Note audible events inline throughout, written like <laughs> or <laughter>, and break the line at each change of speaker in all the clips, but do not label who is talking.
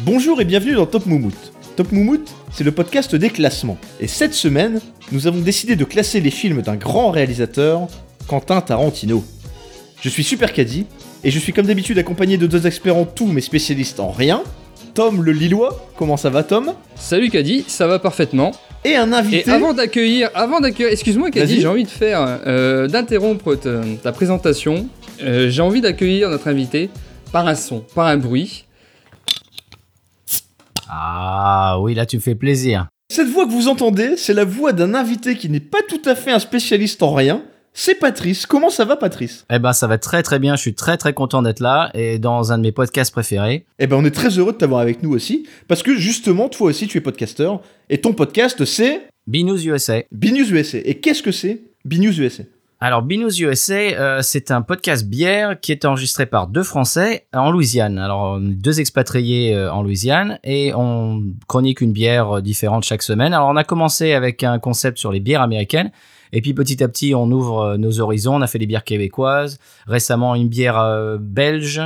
Bonjour et bienvenue dans Top Moumout. Top Moumout, c'est le podcast des classements. Et cette semaine, nous avons décidé de classer les films d'un grand réalisateur, Quentin Tarantino. Je suis Super Caddy, et je suis comme d'habitude accompagné de deux experts en tout, mais spécialistes en rien. Tom le Lillois, comment ça va Tom
Salut Caddy, ça va parfaitement.
Et un invité.
Et avant d'accueillir, avant d'accueillir, excuse-moi Caddy,
Vas-y.
j'ai envie de faire, euh, d'interrompre ta, ta présentation. Euh, j'ai envie d'accueillir notre invité par un son, par un bruit.
Ah oui, là tu me fais plaisir.
Cette voix que vous entendez, c'est la voix d'un invité qui n'est pas tout à fait un spécialiste en rien. C'est Patrice. Comment ça va Patrice
Eh ben ça va très très bien, je suis très très content d'être là et dans un de mes podcasts préférés.
Eh ben, on est très heureux de t'avoir avec nous aussi, parce que justement, toi aussi, tu es podcasteur, et ton podcast, c'est
Binous USA.
BNews USA. Et qu'est-ce que c'est BNews USA
Alors Binous USA, euh, c'est un podcast bière qui est enregistré par deux Français euh, en Louisiane. Alors on est deux expatriés euh, en Louisiane et on chronique une bière euh, différente chaque semaine. Alors on a commencé avec un concept sur les bières américaines et puis petit à petit on ouvre euh, nos horizons. On a fait des bières québécoises, récemment une bière euh, belge,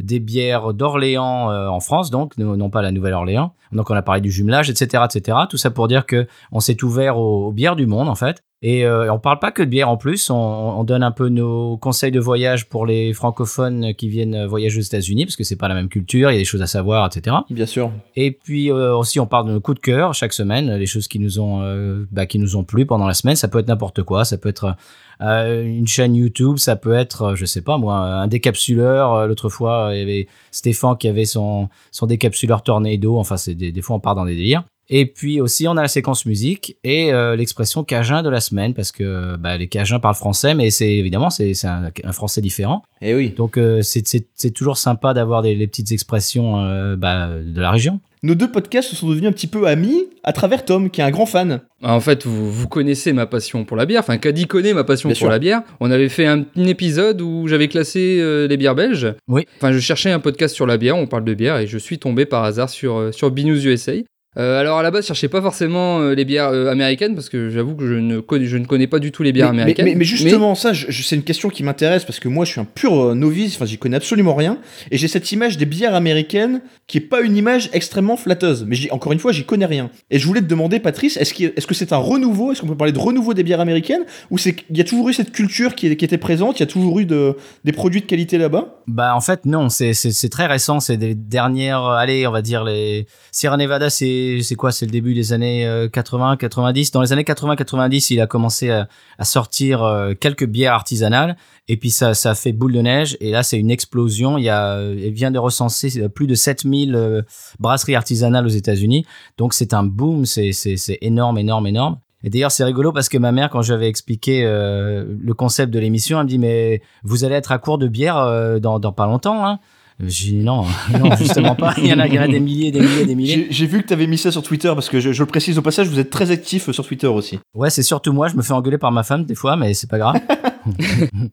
des bières d'Orléans euh, en France, donc non non pas la Nouvelle-Orléans. Donc on a parlé du jumelage, etc., etc. Tout ça pour dire que on s'est ouvert aux, aux bières du monde en fait. Et euh, on parle pas que de bière en plus, on, on donne un peu nos conseils de voyage pour les francophones qui viennent voyager aux États-Unis parce que c'est pas la même culture, il y a des choses à savoir, etc.
Bien sûr.
Et puis euh, aussi on parle de nos coups de cœur chaque semaine, les choses qui nous ont euh, bah, qui nous ont plu pendant la semaine. Ça peut être n'importe quoi, ça peut être euh, une chaîne YouTube, ça peut être euh, je sais pas moi un décapsuleur. Euh, L'autre fois il y avait Stéphane qui avait son son décapsuleur tornado. Enfin c'est des, des fois on part dans des délires. Et puis aussi on a la séquence musique et euh, l'expression cajun de la semaine parce que bah, les cajuns parlent français mais c'est évidemment c'est c'est un- un français différent.
Eh oui.
Donc euh, c'est- c'est c'est toujours sympa d'avoir des- les petites expressions euh, bah, de la région.
Nos deux podcasts se sont devenus un petit peu amis à travers Tom, qui est un grand fan.
Bah, En fait, vous, vous connaissez ma passion pour la bière. Enfin, Caddy connaît ma passion
Bien
pour
sûr.
la bière. On avait fait un, un épisode où j'avais classé euh, les bières belges.
Oui.
Enfin, je cherchais un podcast sur la bière. On parle de bière et je suis tombé par hasard sur euh, sur Binous USA. Euh, alors à la base, je cherchais pas forcément euh, les bières euh, américaines parce que j'avoue que je ne connais, je ne connais pas du tout les bières
mais,
américaines.
mais- mais justement, ça, je- je- c'est une question qui m'intéresse parce que moi, je suis un pur euh, novice, enfin, j'y connais absolument rien, et j'ai cette image des bières américaines qui est pas une image extrêmement flatteuse. Mais j'y- encore une fois, j'y connais rien. Et je voulais te demander, Patrice, est-ce qu'il- est-ce que c'est un renouveau Est-ce qu'on peut parler de renouveau des bières américaines Ou c'est qu'il y a toujours eu cette culture qui, est- qui était présente Il y a toujours eu de- des produits de qualité là-bas
Bah en fait non, c'est- c'est c'est très récent, c'est des dernières, euh, allez on va dire les Sierra Nevada, c'est c'est quoi, c'est le début des années euh, 80, 90. Dans les années 80, 90, il a commencé à, à sortir euh, quelques bières artisanales et puis ça ça a fait boule de neige et là c'est une explosion. Il y a, euh, il vient de recenser euh, plus de 7000 euh, brasseries artisanales aux États-Unis, donc c'est un boom, c'est c'est c'est énorme, énorme, énorme. Et d'ailleurs, c'est rigolo parce que ma mère, quand j'avais expliqué euh, le concept de l'émission, elle me dit Mais vous allez être à court de bière euh, dans, dans pas longtemps. Hein J'ai dit Non, <laughs> non, justement pas. Il y en a, il y en a des milliers, des milliers, des milliers.
J'ai j'ai vu que t'avais mis ça sur Twitter parce que je, je le précise au passage, vous êtes très actif euh, sur Twitter aussi.
Ouais, c'est surtout moi, je me fais engueuler par ma femme des fois, mais c'est pas grave.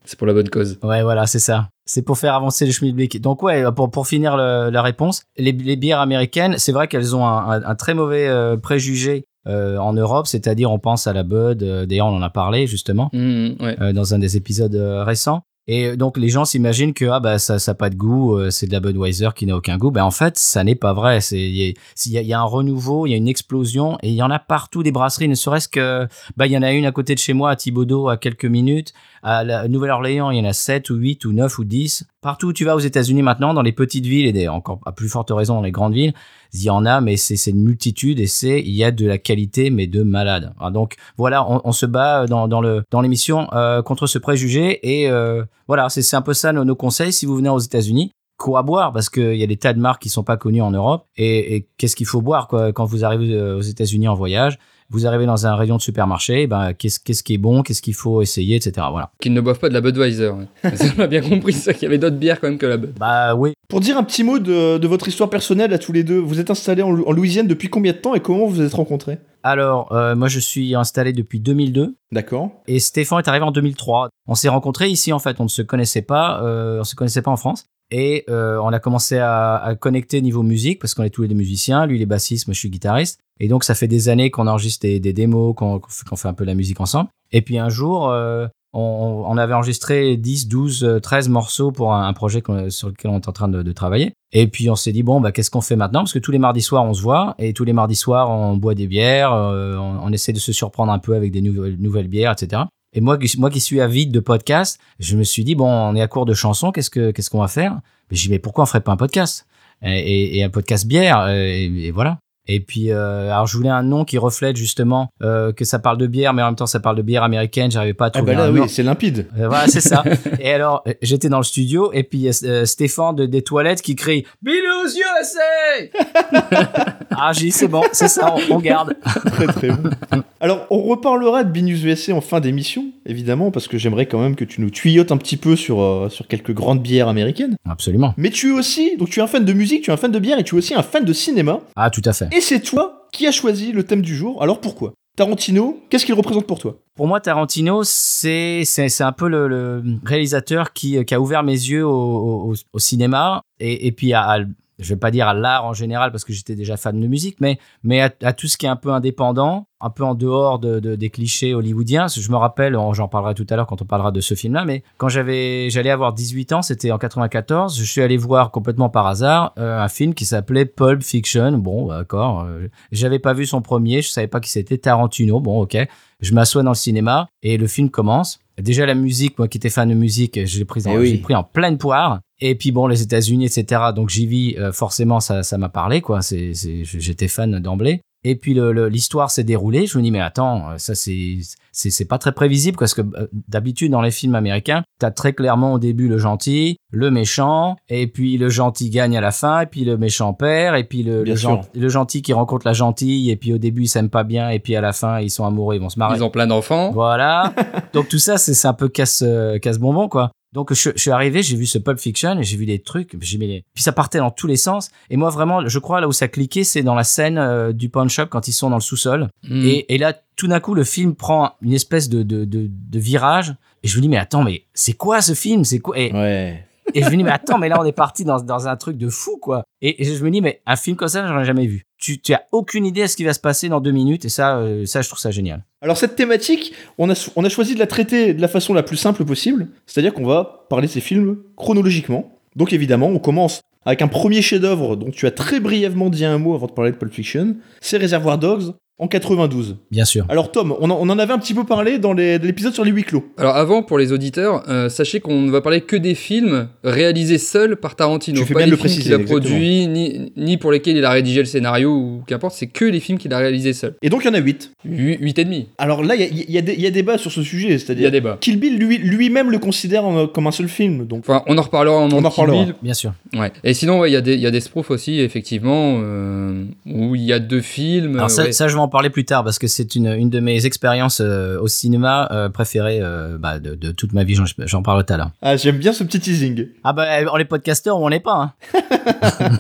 c'est pour la bonne cause.
Ouais, voilà, c'est ça. C'est pour faire avancer le schmilblick. Donc ouais, pour, pour finir le- la réponse, les, les bières américaines, c'est vrai qu'elles ont un, un- un très mauvais euh, préjugé euh, en Europe, c'est-à-dire on pense à la Bud, euh, d'ailleurs on en a parlé justement.
Mmh, ouais.
euh, dans un des épisodes euh, récents. Et donc les gens s'imaginent que ah bah ça n'a pas de goût, euh, c'est de la Budweiser qui n'a aucun goût. Ben en fait ça n'est pas vrai. C'est il y, a- s'il y a- il y a un renouveau, il y a une explosion et il y en a partout des brasseries. Ne serait-ce que bah il y en a une à côté de chez moi à Thibaudot à quelques minutes. À la Nouvelle-Orléans il y en a 7 ou 8 ou 9 ou 10. Partout où tu vas aux États-Unis maintenant dans les petites villes et des, encore à plus forte raison dans les grandes villes il y en a, mais c'est c'est une multitude et c'est il y a de la qualité, mais de malade. Ah, donc voilà, on, on se bat euh, dans, dans le dans l'émission euh, contre ce préjugé et euh, voilà, c'est c'est un peu ça nos, nos conseils si vous venez aux États-Unis. Quoi boire parce qu'il y a des tas de marques qui sont pas connues en Europe et, et qu'est-ce qu'il faut boire quoi, quand vous arrivez euh, aux États-Unis en voyage. Vous arrivez dans un rayon de supermarché, eh ben qu'est-ce qu'est-ce qui est bon, qu'est-ce qu'il faut essayer, etc. Voilà.
Qu'ils ne boivent pas de la
<laughs>
Budweiser. ouais. On a bien compris ça, qu'il y avait d'autres bières quand même que la Bud.
Bah oui,
Pour dire un petit mot de, de votre histoire personnelle à tous les deux, vous êtes installés en, Lou- en Louisiane depuis combien de temps et comment vous vous êtes rencontrés
alors euh, moi je suis installé depuis 2002
D'accord.
Et Stéphane est arrivé en 2003. On s'est rencontrés ici en fait, on ne se connaissait pas, euh, on se connaissait pas en France. Et euh, on a commencé à, à connecter niveau musique parce qu'on est tous les deux musiciens. Lui il est bassiste, moi je suis guitariste. Et donc ça fait des années qu'on enregistre des, des démos, qu'on qu'on fait qu'on fait un peu de la musique ensemble. Et puis un jour, euh, on, on avait enregistré 10, 12, 13 morceaux pour un, un projet qu'on- sur lequel on est en train de, de travailler. Et puis on s'est dit, bon, bah, qu'est-ce qu'on fait maintenant Parce que tous les mardis soirs, on se voit, et tous les mardis soirs, on boit des bières, euh, on, on essaie de se surprendre un peu avec des nouvelles, nouvelles bières, etc. Et moi, qui- moi qui suis avide de podcasts, je me suis dit, bon, on est à court de chansons, qu'est-ce que qu'est-ce qu'on va faire Mais J'ai dit, mais pourquoi on ferait pas un podcast et, et- et un podcast bière, euh, et, et voilà. Et puis, euh, alors je voulais un nom qui reflète justement euh, que ça parle de bière, mais en même temps ça parle de bière américaine. J'arrivais pas à
Ah
trouver
bah là,
un
oui,
nom.
c'est limpide.
Euh, voilà, c'est ça. et alors, euh, j'étais dans le studio, et puis euh, Stéphane de, des toilettes qui crie Binous USA
<laughs>
Ah, j'ai dit, c'est bon, c'est ça, on, on garde.
<laughs> Très, très bon. Alors, on reparlera de Binus USA en fin d'émission, évidemment, parce que j'aimerais quand même que tu nous tuyaux un petit peu sur, euh, sur quelques grandes bières américaines.
Absolument.
Mais tu es aussi, donc tu es un fan de musique, tu es un fan de bière et tu es aussi un fan de cinéma.
Ah, tout à fait.
Et c'est toi qui as choisi le thème du jour, alors pourquoi Tarantino, qu'est-ce qu'il représente pour toi
Pour moi, Tarantino, c'est c'est c'est un peu le, le réalisateur qui, qui a ouvert mes yeux au, au- au cinéma et, et puis à, à- je vais pas dire à l'art en général parce que j'étais déjà fan de musique, mais mais à, à tout ce qui est un peu indépendant, un peu en dehors de, de- des clichés hollywoodiens. Parce que Je me rappelle, on- j'en parlerai tout à l'heure quand on parlera de ce film-là, mais quand j'avais j'allais avoir 18 ans, c'était en 94, je suis allé voir complètement par hasard euh, un film qui s'appelait Pulp Fiction. Bon, bah, d'accord, euh, j'avais pas vu son premier, je savais pas qui c'était Tarantino. Bon, ok. Je m'assois dans le cinéma et le film commence. Déjà la musique, moi qui étais fan de musique, je l'ai prise en,
Eh oui.
j'ai pris en pleine poire. Et puis bon, les États-Unis, etc. Donc j'y vis, euh, forcément, ça, ça m'a parlé, quoi. C'est, c'est- j'étais fan d'emblée. Et puis le- le- l'histoire s'est déroulée. Je me dis mais attends, euh, ça c'est c'est c'est pas très prévisible parce que euh, d'habitude dans les films américains, t'as très clairement au début le gentil, le méchant, et puis le gentil gagne à la fin, et puis le méchant perd, et puis le,
Bien
le,
sûr.
gen- le gentil qui rencontre la gentille, et puis au début ils s'aiment pas bien, et puis à la fin ils sont amoureux, ils vont
Ah
se marier.
Ils ont plein d'enfants. <laughs>
Voilà. Donc tout ça, c'est c'est un peu casse euh, casse bonbon quoi. Donc je, je suis arrivé, j'ai vu ce Pulp Fiction et j'ai vu des trucs, j'ai mis les... puis ça partait dans tous les sens. Et moi vraiment, je crois là où ça cliquait, c'est dans la scène euh, du pawn shop quand ils sont dans le sous-sol.
Mm.
Et, et là, tout d'un coup, le film prend une espèce de, de, de, de virage. Et je me dis, mais attends, mais c'est quoi ce film C'est quoi et,
Ouais.
et je me dis, mais attends, mais là, on est parti dans, dans un truc de fou, quoi. Et, et je me dis, mais un film comme ça, j'en ai jamais vu. Tu, tu as aucune idée de ce qui va se passer dans deux minutes. Et ça, euh, ça je trouve ça génial.
Alors cette thématique, on a, so- on a choisi de la traiter de la façon la plus simple possible, c'est-à-dire qu'on va parler de ces films chronologiquement. Donc évidemment, on commence avec un premier chef-d'œuvre dont tu as très brièvement dit un mot avant de parler de Pulp Fiction, c'est Reservoir Dogs en 92.
Bien sûr.
Alors Tom, on en, on en avait un petit peu parlé dans les- dans l'épisode sur les huis clos.
Alors avant, pour les auditeurs, euh, sachez qu'on ne va parler que des films réalisés seuls par Tarantino.
Tu fais
pas
bien
les
de le
films qu'il
préciser,
a produits, ni, ni pour lesquels il a rédigé le scénario, ou qu'importe, c'est que les films qu'il a réalisés seul.
Et donc il y en a 8.
Hu- Huit et demi,
Alors là, il y a, il y a des- il y a débat sur ce sujet,
il y a
c'est-à-dire
débat.
Kill Bill lui- lui-même le considère en- comme un seul film. Donc
Enfin, on en reparlera
en
en moment
reparlera.
Bien sûr.
Ouais. Et sinon, ouais, il y a des, il y a des sproofs aussi, effectivement, euh, où il y a deux films.
Alors
euh,
ça,
ouais.
ça, je vais en parler plus tard parce que c'est une, une de mes expériences euh, au cinéma euh, préférées euh, bah, de, de toute ma vie. J'en- J'en parle tout à l'heure.
ah, j'aime bien ce petit teasing.
Ah bah, on est podcasteurs ou on n'est pas. Hein.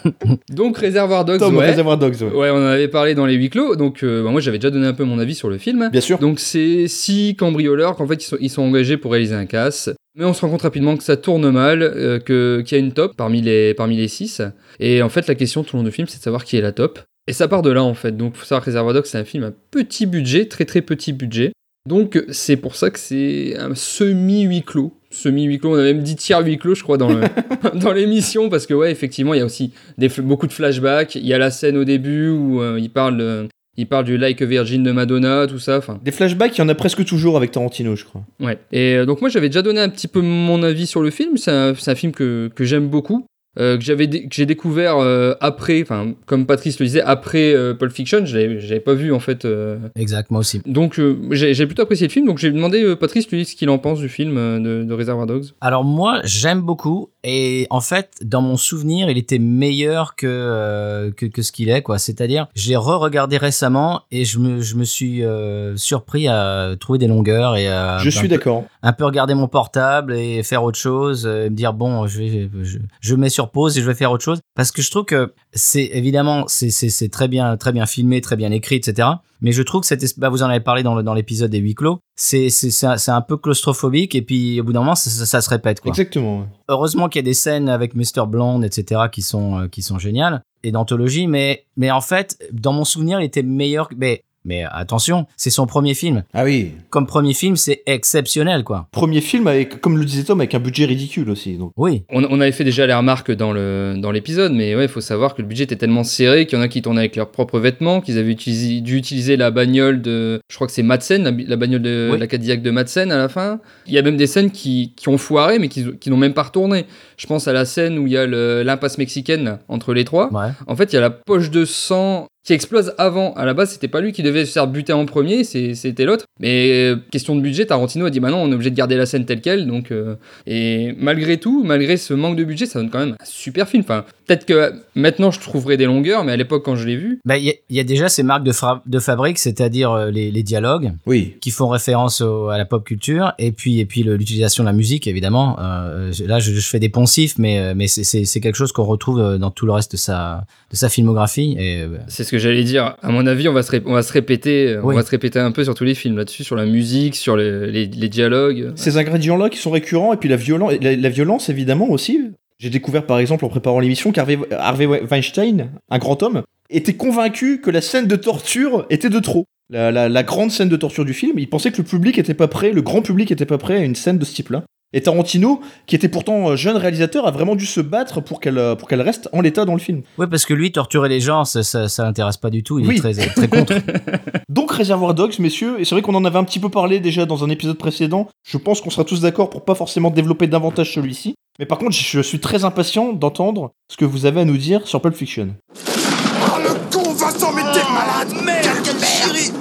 Donc Reservoir Dogs,
Tom,
ouais.
Reservoir Dogs. ouais.
Ouais, on en avait parlé dans les huis clos. Donc euh, bah, moi, j'avais déjà donné un peu mon avis sur le film.
Bien sûr.
Donc c'est six cambrioleurs qu'en fait ils sont, ils sont engagés pour réaliser un casse. Mais on se rend compte rapidement que ça tourne mal, euh, que- qu'il y a une top parmi les, parmi les six. Et en fait la question tout le long du film c'est de savoir qui est la top. Et ça part de là en fait. Donc faut savoir que Reservoir Dogs c'est un film à petit budget, très très petit budget. Donc c'est pour ça que c'est un semi-huis clos. Semi-huis clos, on a même dit tiers huis clos je crois dans le- <laughs> dans l'émission parce que ouais effectivement il y a aussi des, fl- beaucoup de flashbacks. Il y a la scène au début où euh, il parle... euh, il parle du Like a Virgin de Madonna, tout ça. Enfin,
Des flashbacks, il y en a presque toujours avec Tarantino, je crois.
Ouais. Et euh, donc moi j'avais déjà donné un petit peu mon avis sur le film. C'est un, c'est un film que, que j'aime beaucoup, euh, que j'avais dé- que j'ai découvert euh, après, enfin comme Patrice le disait, après euh, Pulp Fiction. Je l'avais je l'avais pas vu en fait. euh.
Exact, moi aussi.
Donc euh, j'ai j'ai plutôt apprécié le film. Donc j'ai demandé euh, Patrice lui ce qu'il en pense du film euh, de, de Reservoir Dogs.
Alors moi, j'aime beaucoup et en fait, dans mon souvenir, il était meilleur que euh, que, que ce qu'il est quoi. C'est-à-dire, j'ai re-regardé récemment et je me je me suis euh, surpris à trouver des longueurs et à
je suis
Ah, un, peu,
d'accord.
un peu regarder mon portable et faire autre chose, euh, et me dire bon, je vais je, je mets sur pause et je vais faire autre chose parce que je trouve que c'est évidemment c'est c'est c'est très bien très bien filmé, très bien écrit, etc. Mais je trouve que cette, es- bah, vous en avez parlé dans le- dans l'épisode des huis clos, c'est c'est c'est un, c'est un peu claustrophobique et puis au bout d'un moment ça, ça- ça se répète quoi.
Exactement. ouais.
Heureusement qu'il y a des scènes avec Mr. Blonde, etc., qui sont, euh, qui sont géniales, et d'anthologie, mais, mais en fait, dans mon souvenir, il était meilleur. que- Mais, Mais attention, c'est son premier film.
Ah oui.
Comme premier film, c'est exceptionnel, quoi.
Premier film avec, comme le disait Tom, avec un budget ridicule aussi. Donc.
Oui.
On, on avait fait déjà les remarques dans le dans l'épisode, mais ouais, il faut savoir que le budget était tellement serré qu'il y en a qui tournaient avec leurs propres vêtements, qu'ils avaient utilisé- dû utiliser la bagnole de, je crois que c'est Madsen, la, bi- la bagnole de
Oui.
la Cadillac de Madsen à la fin. Il y a même des scènes qui, qui ont foiré, mais qui, qui n'ont même pas retourné. Je pense à la scène où il y a le- l'impasse mexicaine là, entre les trois.
Ouais.
En fait, il y a la poche de sang qui explose avant. À la base, c'était pas lui qui devait se faire buter en premier, c'est- c'était l'autre. Mais euh, question de budget, Tarantino a dit bah non, on est obligé de garder la scène telle quelle. Donc, euh, et malgré tout, malgré ce manque de budget, ça donne quand même un super film. Enfin, peut-être que maintenant je trouverai des longueurs, mais à l'époque quand je l'ai vu,
Bah, il y, a- il y a déjà ces marques de, fra- de fabrique, c'est-à-dire euh, les, les dialogues
Oui.
qui font référence au- à la pop culture et puis et puis le- l'utilisation de la musique évidemment. Euh, je- là, je, je fais des poncifs, mais euh, mais c'est- c'est c'est quelque chose qu'on retrouve euh, dans tout le reste de sa de sa filmographie. Et euh,
c'est ce que j'allais dire. À mon avis, on va se, ré- on va se répéter, euh,
Oui.
on va se répéter un peu sur tous les films là-dessus, sur la musique, sur les, les- les dialogues.
Ces ingrédients-là qui sont récurrents, et puis la, violen- la, la violence, évidemment, aussi. J'ai découvert, par exemple, en préparant l'émission, qu'Harvey Harvey Weinstein, un grand homme, était convaincu que la scène de torture était de trop. La, la- la grande scène de torture du film, il pensait que le public était pas prêt, le grand public était pas prêt à une scène de ce type-là. Et Tarantino, qui était pourtant euh, jeune réalisateur, a vraiment dû se battre pour qu'elle euh, pour qu'elle reste en l'état dans le film.
ouais, parce que lui, torturer les gens, ça ça, ça l'intéresse pas du tout. Il
Oui.
est très très <laughs> contre. Euh,
Donc Réservoir Dogs, messieurs, et c'est vrai qu'on en avait un petit peu parlé déjà dans un épisode précédent, je pense qu'on sera tous d'accord pour pas forcément développer davantage celui-ci, mais par contre je suis très impatient d'entendre ce que vous avez à nous dire sur Pulp Fiction.
Oh le con, Vincent, mais t'es malade
Ah, Merde, quelle chérie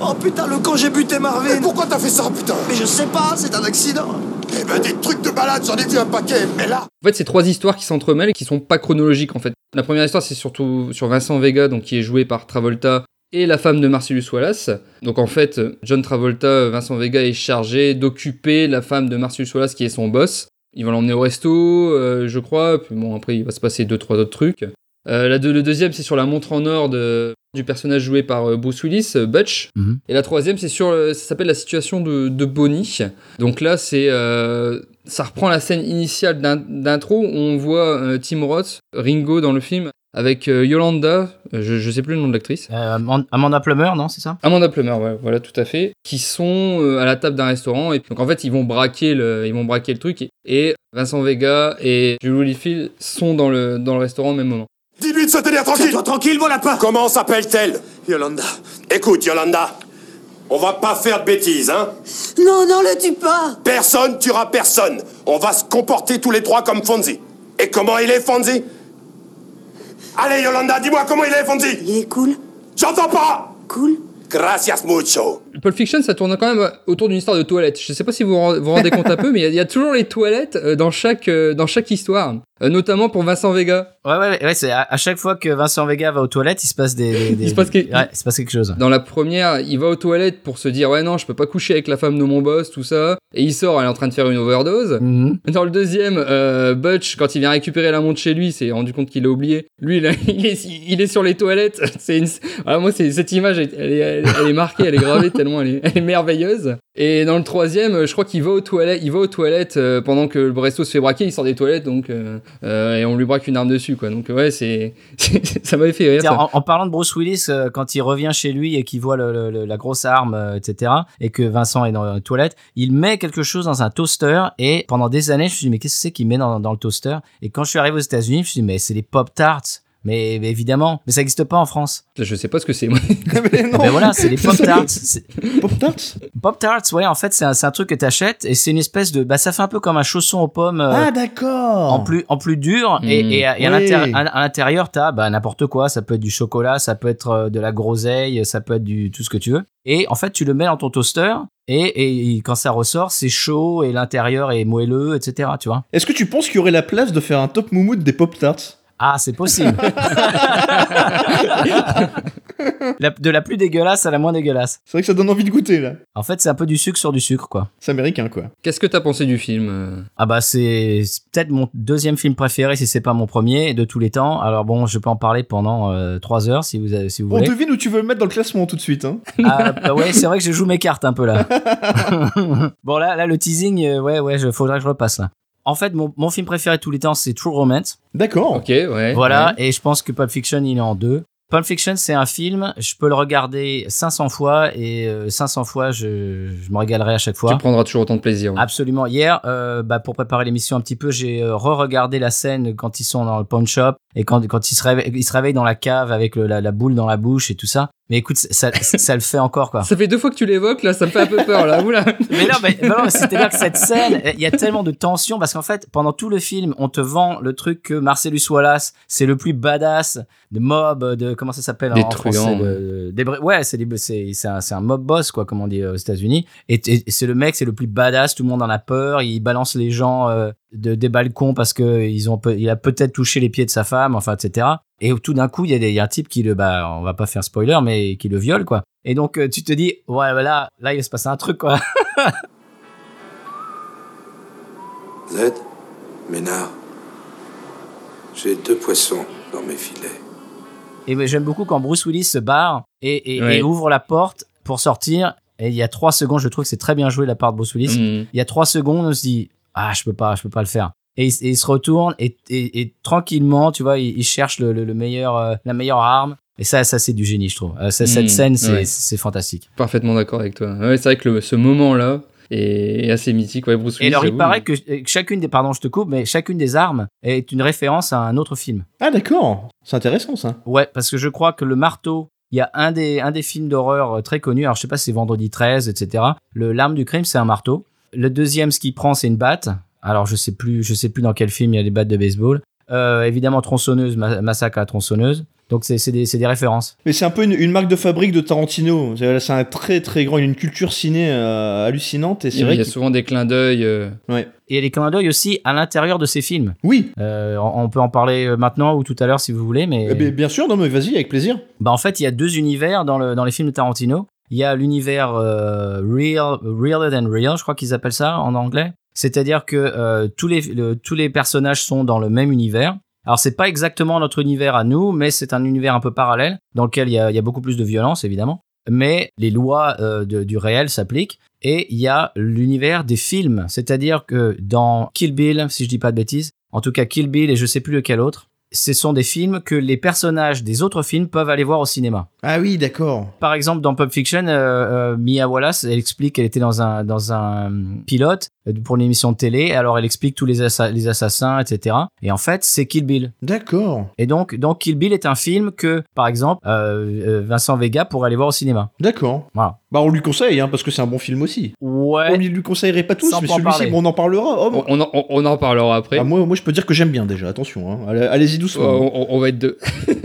Oh putain, le con, j'ai buté
Mais
Marvin
pourquoi t'as fait ça, putain
Mais je sais pas, c'est un accident
Eh ben, des trucs de malade, j'en ai vu un paquet, mais là...
En fait, c'est trois histoires qui s'entremêlent et qui sont pas chronologiques en fait. La première histoire, c'est surtout sur Vincent Vega, donc qui est joué par Travolta et la femme de Marcellus Wallace. Donc en fait, John Travolta, Vincent Vega est chargé d'occuper la femme de Marcellus Wallace qui est son boss. Ils vont l'emmener au resto, euh, je crois. Puis bon, après, il va se passer deux trois autres trucs. Euh, la deux- le deuxième, c'est sur la montre en or de- du personnage joué par euh, Bruce Willis, euh, Butch.
Mhm.
Et la troisième, c'est sur, euh, ça s'appelle la situation de, de Bonnie. Donc là, c'est euh, ça reprend la scène initiale d'in- d'intro où on voit euh, Tim Roth, Ringo dans le film, avec euh, Yolanda, euh, je, je sais plus le nom de l'actrice.
Euh, Amand- Amanda Plummer, non, c'est ça
Amanda Plummer, ouais, voilà, tout à fait, qui sont euh, à la table d'un restaurant et donc en fait ils vont braquer le, ils vont braquer le truc et, et Vincent Vega et Julie Liefeld sont dans le dans le restaurant au même moment.
Dis-lui de se tenir tranquille
Tiens-toi tranquille, mon lapin
Comment s'appelle-t-elle
Yolanda.
Écoute, Yolanda, on va pas faire de bêtises, hein
Non, non, le tue pas
Personne tuera personne. On va se comporter tous les trois comme Fonzie. Et comment il est, Fonzie Allez, Yolanda, dis-moi comment il est, Fonzie
Il est cool,
J'entends pas
cool.
Gracias mucho.
Pulp Fiction, ça tourne quand même euh, autour d'une histoire de toilette. Je sais pas si vous vous vous rendez compte un peu, mais il y a- il y, a toujours les toilettes euh, dans chaque euh, dans chaque histoire, Euh, notamment pour Vincent Vega.
Ouais, ouais, ouais. c'est À, à chaque fois que Vincent Vega va aux toilettes, <laughs> il se passe des. des- des-
se passe que-
Ouais, il se passe quelque chose.
Dans la première, il va aux toilettes pour se dire ouais non, je peux pas coucher avec la femme de mon boss, tout ça. Et il sort, elle est en train de faire une overdose.
Mhm.
Dans le deuxième, euh, Butch, quand il vient récupérer la montre chez lui, il s'est rendu compte qu'il l'a oublié. Lui, il, a- <laughs> il est, il est sur les toilettes. <laughs> C'est une- Ah, moi, c'est, cette image, elle, elle est- elle- elle est marquée, elle est gravée tellement elle est, elle est merveilleuse. Et dans le troisième, euh, je crois qu'il va aux toilettes, il va aux toilettes euh, pendant que le Bresto se fait braquer, il sort des toilettes, donc euh, euh, et on lui braque une arme dessus, quoi. Donc ouais, c'est, <laughs> c'est- ça m'avait fait rire.
Tiens,
ça.
en, en parlant de Bruce Willis, euh, quand il revient chez lui et qu'il voit le- le- le- la grosse arme, euh, etc., et que Vincent est dans la toilette, il met quelque chose dans un toaster. Et pendant des années, je me suis dit, mais qu'est-ce que c'est qu'il met dans, dans le toaster Et quand je suis arrivé aux États-Unis, je me suis dit, mais c'est les Pop Tarts. Mais, mais évidemment, mais ça n'existe pas en France.
Je sais pas ce que c'est. moi.
<laughs> mais non.
Ben
<laughs>
voilà, c'est les Pop Tarts. C'est-
Pop Tarts
Pop Tarts, ouais, en fait, c'est un, c'est un truc que t'achètes et c'est une espèce de, bah, ça fait un peu comme un chausson aux pommes. <laughs> euh,
Ah d'accord.
en plus, en plus dur et,
Mm.
et à, et à
Oui.
l'intér- à- à l'intérieur t'as bah, n'importe quoi ça peut être du chocolat ça peut être euh, de la groseille ça peut être du tout ce que tu veux et en fait tu le mets dans ton toaster et, et- et quand ça ressort c'est chaud et l'intérieur est moelleux etc tu vois
Est-ce que tu penses qu'il y aurait la place de faire un top moumoute des Pop Tarts
ah c'est
<laughs>
possible La- de la plus dégueulasse à la moins dégueulasse
C'est vrai que ça donne envie de goûter là.
en fait c'est un peu du sucre sur du sucre quoi
C'est américain quoi.
Qu'est-ce que t'as pensé du film euh
Ah bah c'est c'est peut-être mon deuxième film préféré si c'est pas mon premier de tous les temps. Alors bon, je peux en parler pendant euh, trois heures si vous avez- si vous
On
voulez.
devine où tu veux le mettre dans le classement tout de suite. Hein.
Ah, bah ouais, c'est vrai que je joue mes cartes un peu
<laughs>
là. bon, là, là le teasing, euh, ouais, ouais, je, faudrait que je repasse là. En fait, mon, mon film préféré de tous les temps, c'est True Romance.
D'accord.
Ok, ouais.
voilà,
ouais.
et je pense que Pulp Fiction, il est en deux. Pulp Fiction, c'est un film, je peux le regarder 500 fois et euh, 500 fois, je, je me régalerai à chaque
Tu
fois.
prendras toujours autant de plaisir. ouais.
Absolument. Hier, euh, bah, pour préparer l'émission un petit peu, j'ai euh, re-regardé la scène quand ils sont dans le pawn shop et quand, quand ils, se réveillent, ils se réveillent dans la cave avec le- la, la boule dans la bouche et tout ça. Mais écoute, ça, ça, ça le fait encore,
<laughs>
quoi.
Ça fait deux fois que tu l'évoques, là, ça me fait un peu peur, là. Oula.
Mais non, mais, non, mais c'est-à-dire que cette scène, il y a tellement de tension parce qu'en fait, pendant tout le film, on te vend le truc que Marcellus Wallace, c'est le plus badass de mob, de comment ça s'appelle en-
Des
en
truands,
français, de-
ouais.
de- des bra- ouais, c'est des- c'est c'est un, c'est un mob boss quoi, comme on dit euh, aux États-Unis. Et, et- et c'est le mec, c'est le plus badass, tout le monde en a peur. Il balance les gens euh, de, des balcons parce que ils ont, pe- il a peut-être touché les pieds de sa femme, enfin etc. Et tout d'un coup, il y, a des- il y a un type qui le, bah, on va pas faire spoiler, mais qui le viole quoi. Et donc euh, tu te dis, ouais, bah là, là il va se passer un truc quoi.
Z, Ménard, j'ai deux poissons dans mes filets.
Et ben, j'aime beaucoup quand Bruce Willis se barre et, et-
Ouais.
et ouvre la porte pour sortir. Et il y a trois secondes, je trouve que c'est très bien joué de la part de Bruce Willis.
Mm.
Il y a trois secondes, on se dit ah je peux pas, je peux pas le faire. Et il, s- et il se retourne et, et- et tranquillement, tu vois, il, il cherche le, le- le meilleur, euh, la meilleure arme. Et ça, ça c'est du génie, je trouve. Euh, ça-
Mm,
cette scène, c'est
ouais.
c'est fantastique.
Parfaitement d'accord avec toi. Ouais, c'est vrai que le- ce moment-là est, est assez mythique. Ouais, Bruce
et
Willis,
alors, il
j'avoue,
paraît que que chacune des, pardon, je te coupe, mais chacune des armes est une référence à un autre film.
Ah d'accord, c'est intéressant ça.
Ouais, parce que je crois que le marteau, il y a un des, un des films d'horreur euh, très connus, alors je sais pas si c'est Vendredi 13, etc. Le L'arme du crime, c'est un marteau. Le deuxième, ce qu'il prend, c'est une batte. Alors je sais plus, je sais plus dans quel film il y a des battes de baseball. Euh, évidemment, tronçonneuse, ma- massacre à la tronçonneuse. Donc c'est c'est des, c'est des références.
Mais c'est un peu une, une marque de fabrique de Tarantino. C'est c'est un très très grand, une culture ciné euh, hallucinante et
Il
c'est
y a-
vrai.
il y a
que-
souvent des clins d'œil. euh,
Et il y a des clins d'œil aussi à l'intérieur de ces films.
Oui,
Euh, on, on peut en parler euh, maintenant ou tout à l'heure si vous voulez, mais...
Eh ben, bien sûr, non mais vas-y avec plaisir.
Bah en fait, il y a deux univers dans, le, dans les films de Tarantino. Il y a l'univers euh, real, realer than real, je crois qu'ils appellent ça en anglais. C'est-à-dire que euh, tous, les, le- tous les personnages sont dans le même univers. Alors c'est pas exactement notre univers à nous, mais c'est un univers un peu parallèle dans lequel il y a, il y a beaucoup plus de violence évidemment. Mais les lois euh, de- du réel s'appliquent et il y a l'univers des films. C'est-à-dire que dans Kill Bill, si je dis pas de bêtises, en tout cas Kill Bill et je sais plus lequel autre, ce sont des films que les personnages des autres films peuvent aller voir au cinéma.
Ah oui, d'accord.
Par exemple, dans Pulp Fiction, euh, euh, Mia Wallace, elle explique qu'elle était dans un, dans un pilote euh, pour une émission de télé. Alors, elle explique tous les, assa- les assassins, etc. Et en fait, c'est Kill Bill.
D'accord,
Et donc, donc, Kill Bill est un film que, par exemple, euh, euh, Vincent Vega pourrait aller voir au cinéma.
d'accord.
Voilà.
Bah on lui conseille, hein, parce que c'est un bon film aussi. On
Ouais.
ne lui conseillerait pas tous,
Sans
mais
en
celui-ci,
parler.
bon, on en parlera. Oh,
On, on en- on- on en parlera après.
ah, moi, moi, je peux dire que j'aime bien déjà, attention, hein. Allez- allez-y
Oh,
doucement.
on, on- on va être deux.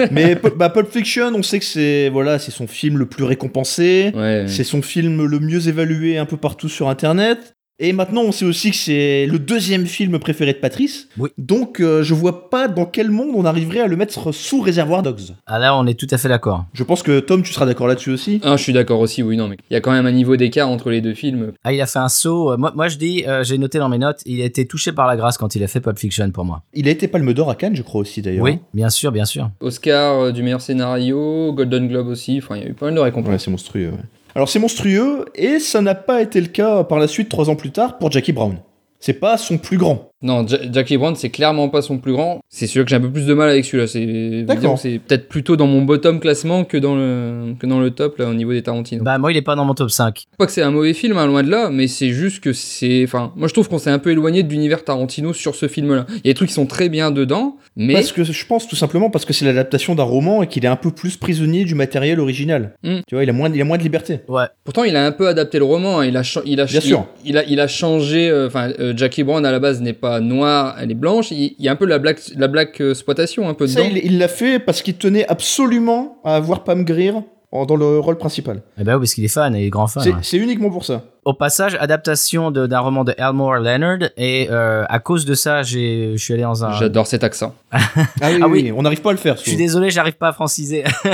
Mais Pul- bah, Pulp Fiction, on sait que c'est voilà, c'est son film le plus récompensé,
Ouais.
c'est son film le mieux évalué un peu partout sur Internet. Et maintenant, on sait aussi que c'est le deuxième film préféré de Patrice.
Oui.
Donc, euh, je vois pas dans quel monde on arriverait à le mettre sous Réservoir Dogs.
Ah là, on est tout à fait d'accord.
Je pense que Tom, tu seras d'accord là-dessus aussi.
Ah, je suis d'accord aussi, oui, non, mais il y a quand même un niveau d'écart entre les deux films.
Ah, il a fait un saut. Euh, Moi, moi je dis, euh, j'ai noté dans mes notes, il a été touché par la grâce quand il a fait Pulp Fiction pour moi.
Il a été Palme d'Or à Cannes, je crois aussi d'ailleurs.
Oui, bien sûr, bien sûr.
Oscar euh, du meilleur scénario, Golden Globe aussi, enfin, il y a eu pas mal de récompenses.
Ouais, c'est monstrueux. ouais. Alors c'est monstrueux et ça n'a pas été le cas par la suite trois ans plus tard pour Jackie Brown. C'est pas son plus grand.
Non, Ja- Jackie Brown, c'est clairement pas son plus grand. C'est sûr que j'ai un peu plus de mal avec celui-là. C'est
D'accord.
disons, C'est peut-être plutôt dans mon bottom classement que dans le, que dans le top, là, au niveau des Tarantino.
Bah, moi, il est pas dans mon top 5.
Pas que c'est un mauvais film, hein, loin de là, mais c'est juste que c'est. Enfin, moi je trouve qu'on s'est un peu éloigné de l'univers Tarantino sur ce film-là. Il y a des trucs qui sont très bien dedans, mais.
Parce que je pense tout simplement parce que c'est l'adaptation d'un roman et qu'il est un peu plus prisonnier du matériel original.
Mm.
Tu vois, il a moins, il a moins de liberté.
Ouais.
Pourtant, il a un peu adapté le roman. hein. Il a, cha- il a,
Bien
il,
sûr.
Il a, il a changé. euh, Enfin, euh, Jackie Brown à la base n'est pas noire, elle est blanche. Il, il y a un peu de la black, la black euh, exploitation un peu
Ça,
dedans.
il il l'a fait parce qu'il tenait absolument à avoir Pam Grier en- dans le rôle principal.
Eh ben oui, parce qu'il est fan, il est grand fan.
C'est-
ouais.
c'est uniquement pour ça.
Au passage, adaptation de- d'un roman de Elmore Leonard, et euh, à cause de ça, j'ai- je suis allé dans un.
J'adore
<laughs>
cet accent.
Ah oui,
Ah
oui,
oui.
on n'arrive pas à le faire.
Je suis
souvent.
désolé, j'arrive pas à franciser. <laughs>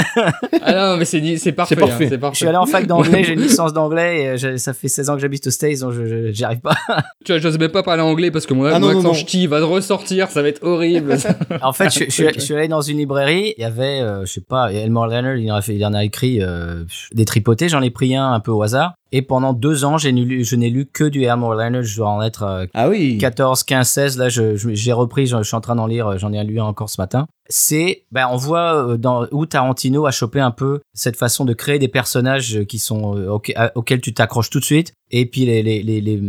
ah non, mais c'est ni- c'est parfait.
C'est parfait.
hein, c'est
je suis allé
<laughs>
en fac
Ouais.
d'anglais, j'ai une licence d'anglais, et euh, j'ai- ça fait 16 ans que j'habite aux States, donc je- je- j'y
<laughs>
arrive pas.
Tu vois, j'ose même pas parler anglais parce que mon,
Ah
mon
non, non,
accent
non.
ch'ti va ressortir. Ça va
<laughs>
être horrible. ça.
En fait, je, je suis- je suis allé dans une librairie, il y avait, euh, je sais pas, Elmore Leonard, il en a, fait- il en a écrit euh, des tripotés, j'en ai pris un un peu au hasard, Et pendant deux ans, j'ai nu- lu- je n'ai lu que du Elmore Leonard. Je dois en être euh,
Ah oui.
14, 15, 16. Là, je- je- j'ai repris, je, je suis en train d'en lire. euh, J'en ai lu un encore ce matin. C'est, ben, on voit euh, dans, où Tarantino a chopé un peu cette façon de créer des personnages euh, qui sont euh, auque- à- auxquels tu t'accroches tout de suite. Et puis les, les, les, les-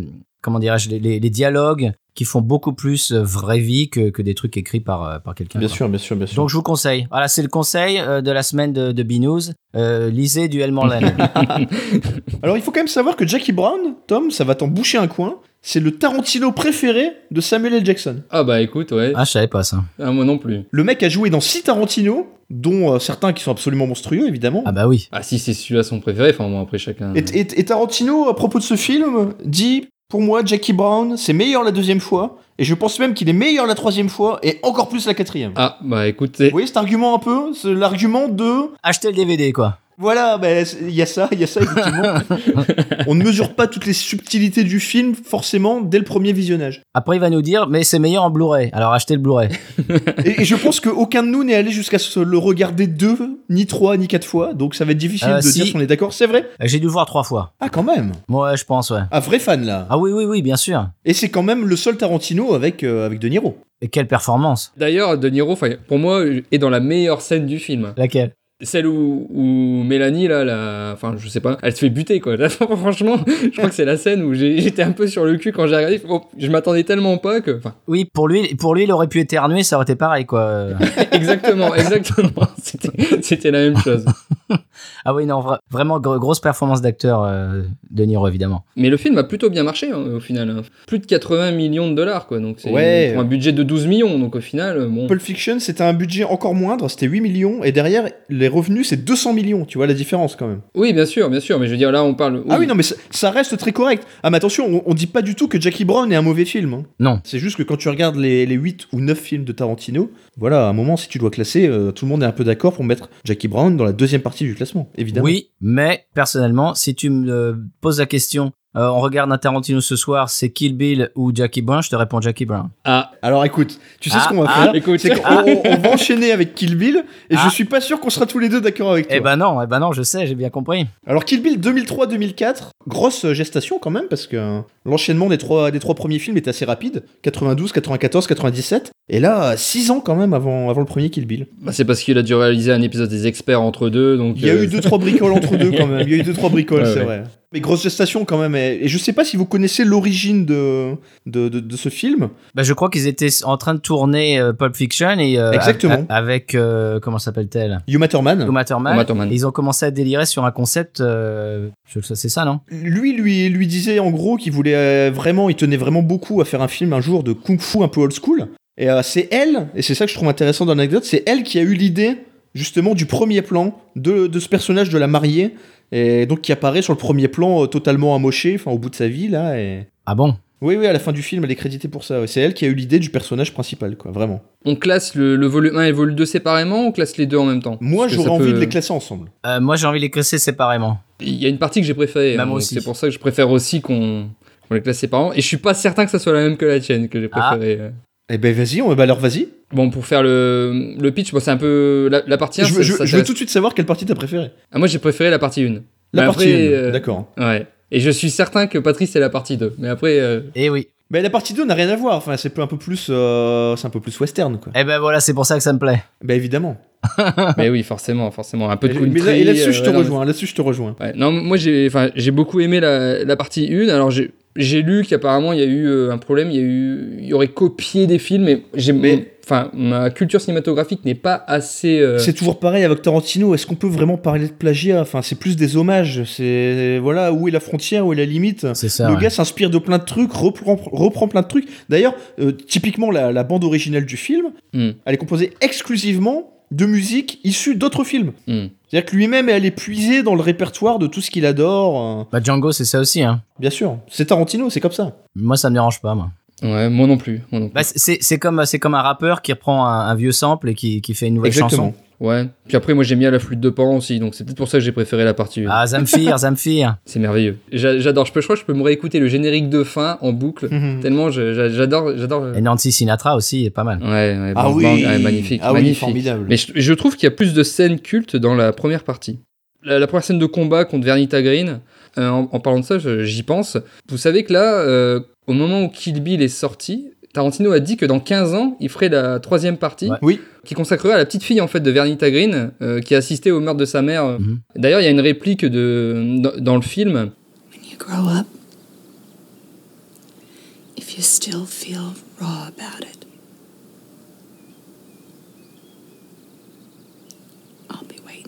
comment dirais-je, les, les- les dialogues qui font beaucoup plus euh, vraie vie que, que des trucs écrits par, euh, par quelqu'un.
Bien
quoi.
sûr, bien sûr, bien sûr.
Donc je vous conseille. Voilà, c'est le conseil euh, de la semaine de, de B-News. Euh, lisez du
<laughs>
Elmore Leonard.
Alors il faut quand même savoir que Jackie Brown, Tom, ça va t'en boucher un coin. C'est le Tarantino préféré de Samuel L. Jackson.
Ah bah écoute, ouais.
ah, je savais pas ça.
Ah, moi non plus.
Le mec a joué dans six Tarantino, dont euh, certains qui sont absolument monstrueux évidemment.
Ah bah oui.
Ah bah. si c'est celui-là son préféré, enfin moi après chacun. euh,
Et, et- et Tarantino, à propos de ce film, dit Pour moi, Jackie Brown, c'est meilleur la deuxième fois, et je pense même qu'il est meilleur la troisième fois, et encore plus la quatrième.
Ah bah écoute, c'est-
Vous voyez cet argument un peu C'est l'argument de.
Achetez le DVD, quoi.
Voilà, ben, c'est- il y a ça, il y a ça, effectivement. On ne mesure pas toutes les subtilités du film, forcément, dès le premier visionnage.
Après, il va nous dire, mais c'est meilleur en Blu-ray. Alors achetez le Blu-ray.
Et, et je pense qu'aucun de nous n'est allé jusqu'à se le regarder deux, ni trois, ni quatre fois, donc ça va être difficile
Euh,
de
si.
dire si on est d'accord, c'est vrai
Euh, J'ai dû le voir trois fois.
Ah, quand même
Moi, je pense, ouais.
Un vrai fan, là.
Ah oui, oui, oui, bien sûr.
Et c'est quand même le seul Tarantino avec, euh, avec De Niro.
Et quelle performance.
d'ailleurs De Niro, enfin, pour moi, est dans la meilleure scène du film.
Laquelle
Celle où, où Mélanie, là, la... enfin, je sais pas, elle se fait buter, quoi. <laughs> Là, franchement, je crois que c'est la scène où j'ai- j'étais un peu sur le cul quand j'ai regardé. Oh, je m'attendais tellement pas que. Enfin,
Oui, pour lui, pour lui, il aurait pu éternuer, ça aurait été pareil, quoi.
eh, exactement, <laughs> exactement. C'était c'était la même chose.
ah oui, non, vra- vraiment gro- grosse performance d'acteur euh, de Niro, évidemment.
Mais le film a plutôt bien marché, hein, au final. hein. Plus de 80 millions de dollars, quoi. Donc, c'est
Ouais.
pour un budget de 12 millions. Donc, au final, euh,
Mm.
bon.
Pulp Fiction, c'était un budget encore moindre, c'était 8 millions, et derrière, les revenus, c'est 200 millions, tu vois la différence quand même.
Oui, bien sûr, bien sûr. Mais je veux dire, là, on parle.
Ah oui, non, mais ça, ça reste très correct. Ah, mais attention, on, on dit pas du tout que Jackie Brown est un mauvais film. hein.
Non.
C'est juste que quand tu regardes les, les 8 ou 9 films de Tarantino, voilà, à un moment, si tu dois classer, euh, tout le monde est un peu d'accord pour mettre Jackie Brown dans la deuxième partie du classement, évidemment.
Oui, mais personnellement, si tu me poses la question, euh, on regarde un Tarantino ce soir, c'est Kill Bill ou Jackie Brown, je te réponds Jackie Brown.
Ah,
Alors écoute, tu sais
Ah,
ce qu'on va
ah,
faire
écoute.
C'est qu'on on- on va enchaîner avec Kill Bill, et
Ah.
je suis pas sûr qu'on sera tous les deux d'accord avec toi.
Eh ben non, eh ben non, je sais, j'ai bien compris.
Alors Kill Bill 2003-2004, grosse euh, gestation quand même, parce que euh, l'enchaînement des trois, des trois premiers films est assez rapide, 92, 94, 97, et là, 6 ans quand même avant, avant le premier Kill Bill.
Bah, c'est parce qu'il a dû réaliser un épisode des experts entre deux, donc.
Il y a
euh,
eu 2-3 bricoles entre deux quand même, il y a eu 2-3 bricoles,
<laughs> Ouais,
c'est
ouais.
vrai. Mais grosse gestation quand même, et, et je sais pas si vous connaissez l'origine de, de, de- de ce film.
Bah, je crois qu'ils étaient en train de tourner euh, Pulp Fiction et euh,
Exactement.
a- a- avec euh, comment s'appelle-t-elle
Uma Thurman,
Uma Thurman.
Uma Thurman.
Et Ils ont commencé à délirer sur un concept. euh, je- c'est ça, non
lui, lui, lui disait en gros qu'il voulait euh, vraiment, il tenait vraiment beaucoup à faire un film un jour de kung fu un peu old school. Et euh, c'est elle, et c'est ça que je trouve intéressant dans l'anecdote, c'est elle qui a eu l'idée justement du premier plan de, de ce personnage de la mariée, et donc qui apparaît sur le premier plan euh, totalement amoché, enfin au bout de sa vie là. Et...
Ah bon
Oui, oui, à la fin du film, elle est créditée pour ça. ouais. C'est elle qui a eu l'idée du personnage principal, quoi, vraiment.
On classe le, le volume 1 et le volume 2 séparément ou on classe les deux en même temps
Moi,
Parce que
j'aurais
ça
envie
peut-
de les classer ensemble.
Euh, Moi, j'ai envie de les classer séparément.
Il y a une partie que j'ai préférée.
Bah,
hein,
moi
donc
aussi.
C'est pour ça que je préfère aussi qu'on qu'on les classe séparément. Et je suis pas certain que ça soit la même que la tienne que j'ai
Ah.
préférée. euh.
Eh ben vas-y, on... eh ben, alors vas-y.
Bon, pour faire le, le pitch, bon, c'est un peu la, la partie 1.
Je, veux- je- je veux tout de suite savoir quelle partie t'as préférée.
Ah, moi, j'ai préféré la partie
La
1. Mais
partie
après,
1,
euh,
d'accord.
Ouais. Et je suis certain que Patrice, c'est la partie 2. Mais
<laughs>
après, euh,
Et Eh oui.
Mais la partie 2 n'a rien à voir, enfin c'est un peu plus euh, c'est un peu plus western quoi.
Eh ben voilà, c'est pour ça que ça me plaît.
Bah évidemment.
mais oui, forcément, forcément. Un peu
Et,
de
mais là-
country,
et là-dessus
euh,
je
ouais,
te
non, mais-
rejoins, là-dessus je te rejoins.
Ouais, non, moi j'ai enfin, j'ai beaucoup aimé la, la partie 1. Alors j'ai j'ai lu qu'apparemment il y a eu euh, un problème, il y a eu il y aurait copié des films et j'ai
Mais-
enfin ma culture cinématographique n'est pas assez euh,
C'est toujours pareil avec Tarantino, est-ce qu'on peut vraiment parler de plagiat Enfin, c'est plus des hommages, c'est voilà où est la frontière, où est la limite.
C'est ça.
Le
ouais.
gars s'inspire de plein de trucs, reprend, reprend plein de trucs. D'ailleurs, euh, typiquement la, la bande originale du film,
Hmm.
elle est composée exclusivement de musique issue d'autres films.
hmm.
C'est-à-dire que lui-même est allé puiser dans le répertoire de tout ce qu'il adore. euh,
Bah, Django, c'est ça aussi. Hein.
bien sûr, c'est Tarantino, c'est comme ça.
Moi, ça me dérange pas, moi.
Ouais, moi non plus, moi non plus.
Bah, c'est c'est comme, c'est comme un rappeur qui reprend un, un vieux sample et qui, qui fait une nouvelle
Exactement.
Ouais. Puis après moi j'aime bien la flûte de Pan aussi, donc c'est peut-être pour ça que j'ai préféré la partie 1.
chanson. Ah, Zamfir, Zamfir.
C'est merveilleux. J'a- J'adore, je peux je crois que je peux me réécouter le générique de fin en boucle
Mhm.
tellement je- j'a- j'adore j'adore
Et Nancy Sinatra aussi, est pas mal.
Ouais, ouais,
Ah
Bang
oui,
Bang, ouais, magnifique,
ah oui,
magnifique.
formidable.
Mais je, je trouve qu'il y a plus de scènes cultes dans la première partie. La, la première scène de combat contre Vernita Green, euh, en, en parlant de ça, je- j'y pense. Vous savez que là, euh, au moment où Kill Bill est sorti, Tarantino a dit que dans 15 ans, il ferait la troisième partie,
Ouais.
Oui.
qui consacrerait à la petite fille en fait de Vernita Green, euh, qui a assisté au meurtre de sa mère.
Mhm.
D'ailleurs, il y a une réplique de, dans, dans le film.
When you grow up, if you still feel raw about it, I'll be waiting.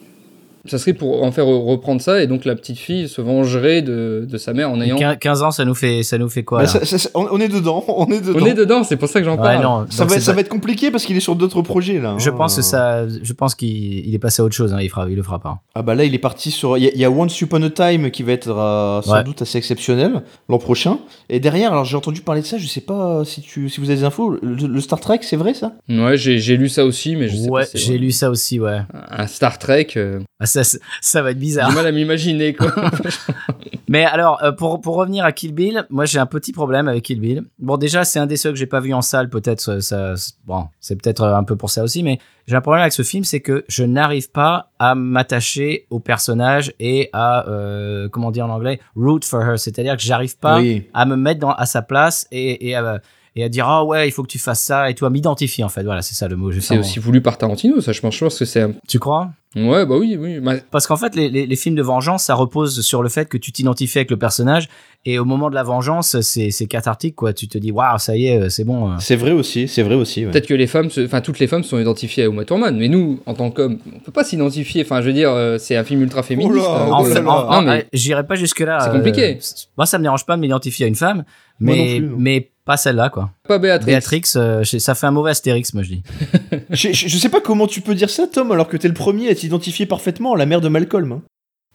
Ça serait pour en faire reprendre ça, et donc la petite fille se vengerait de, de sa mère en ayant.
15 15 ans, ça nous fait, ça nous fait quoi
Bah,
là
ça- ça- ça- on, on est dedans, <laughs> on est dedans.
On est dedans, c'est pour ça que j'en
Ouais,
parle.
non,
Ça,
donc
va,
c'est
ça
pas-
va être compliqué parce qu'il est sur d'autres projets là.
Je
hein.
pense que ça, je pense qu'il il est passé à autre chose. Hein, il fera, il le fera pas.
Ah bah là, il est parti sur. Il y, a- il y a Once Upon a Time qui va être euh, sans
Ouais.
doute assez exceptionnel l'an prochain. Et derrière, alors j'ai entendu parler de ça, je sais pas si, tu, si vous avez des infos. Le, le Star Trek, c'est vrai ça
Ouais, j'ai j'ai lu ça aussi, mais je sais
Ouais,
pas. si c'est
j'ai
vrai.
lu ça aussi. Ouais,
Un Star Trek, euh,
Ah, ça, ça- ça va être bizarre.
j'ai mal à
<laughs>
m'imaginer quoi.
Mais alors, euh, pour, pour revenir à Kill Bill, moi j'ai un petit problème avec Kill Bill. Bon, déjà, c'est un des seuls que j'ai pas vu en salle, peut-être. Ça, ça- bon, c'est peut-être un peu pour ça aussi, mais j'ai un problème avec ce film, c'est que je n'arrive pas à m'attacher au personnage et à, euh, comment dire en anglais, root for her. C'est-à-dire que j'arrive pas
Oui.
à me mettre dans, à sa place et, et à, et à dire, ah ouais, il faut que tu fasses ça et tout, à m'identifier en fait. Voilà, c'est ça le mot. je
C'est
sens-
aussi voulu par Tarantino, ça je pense, je pense que c'est. un-
Tu crois
Ouais, bah oui, oui. bah,
Parce qu'en fait, les, les- les films de vengeance, ça repose sur le fait que tu t'identifies avec le personnage et au moment de la vengeance, c'est c'est cathartique, quoi. Tu te dis, waouh, ça y est, euh, c'est bon. euh.
C'est vrai aussi, c'est vrai aussi. ouais.
Peut-être que les femmes, se- enfin toutes les femmes sont identifiées à Uma Thurman, mais nous, en tant qu'hommes, on peut pas s'identifier. Enfin, je veux dire, euh, c'est un film ultra féministe.
Oh là,
euh,
oh
En
donc,
fait,
là
euh,
là.
en- en-
non, mais
J'irai pas jusque-là.
C'est
euh,
compliqué.
c- moi, ça me dérange pas de m'identifier à une femme,
Moi non
mais,
plus, non.
mais pas celle-là, quoi.
pas Béatrix.
Béatrix, euh, je- ça fait un mauvais Astérix, moi, je dis.
je, je- je sais pas comment tu peux dire ça, Tom, alors que t'es le premier à t'identifier parfaitement à la mère de Malcolm. hein.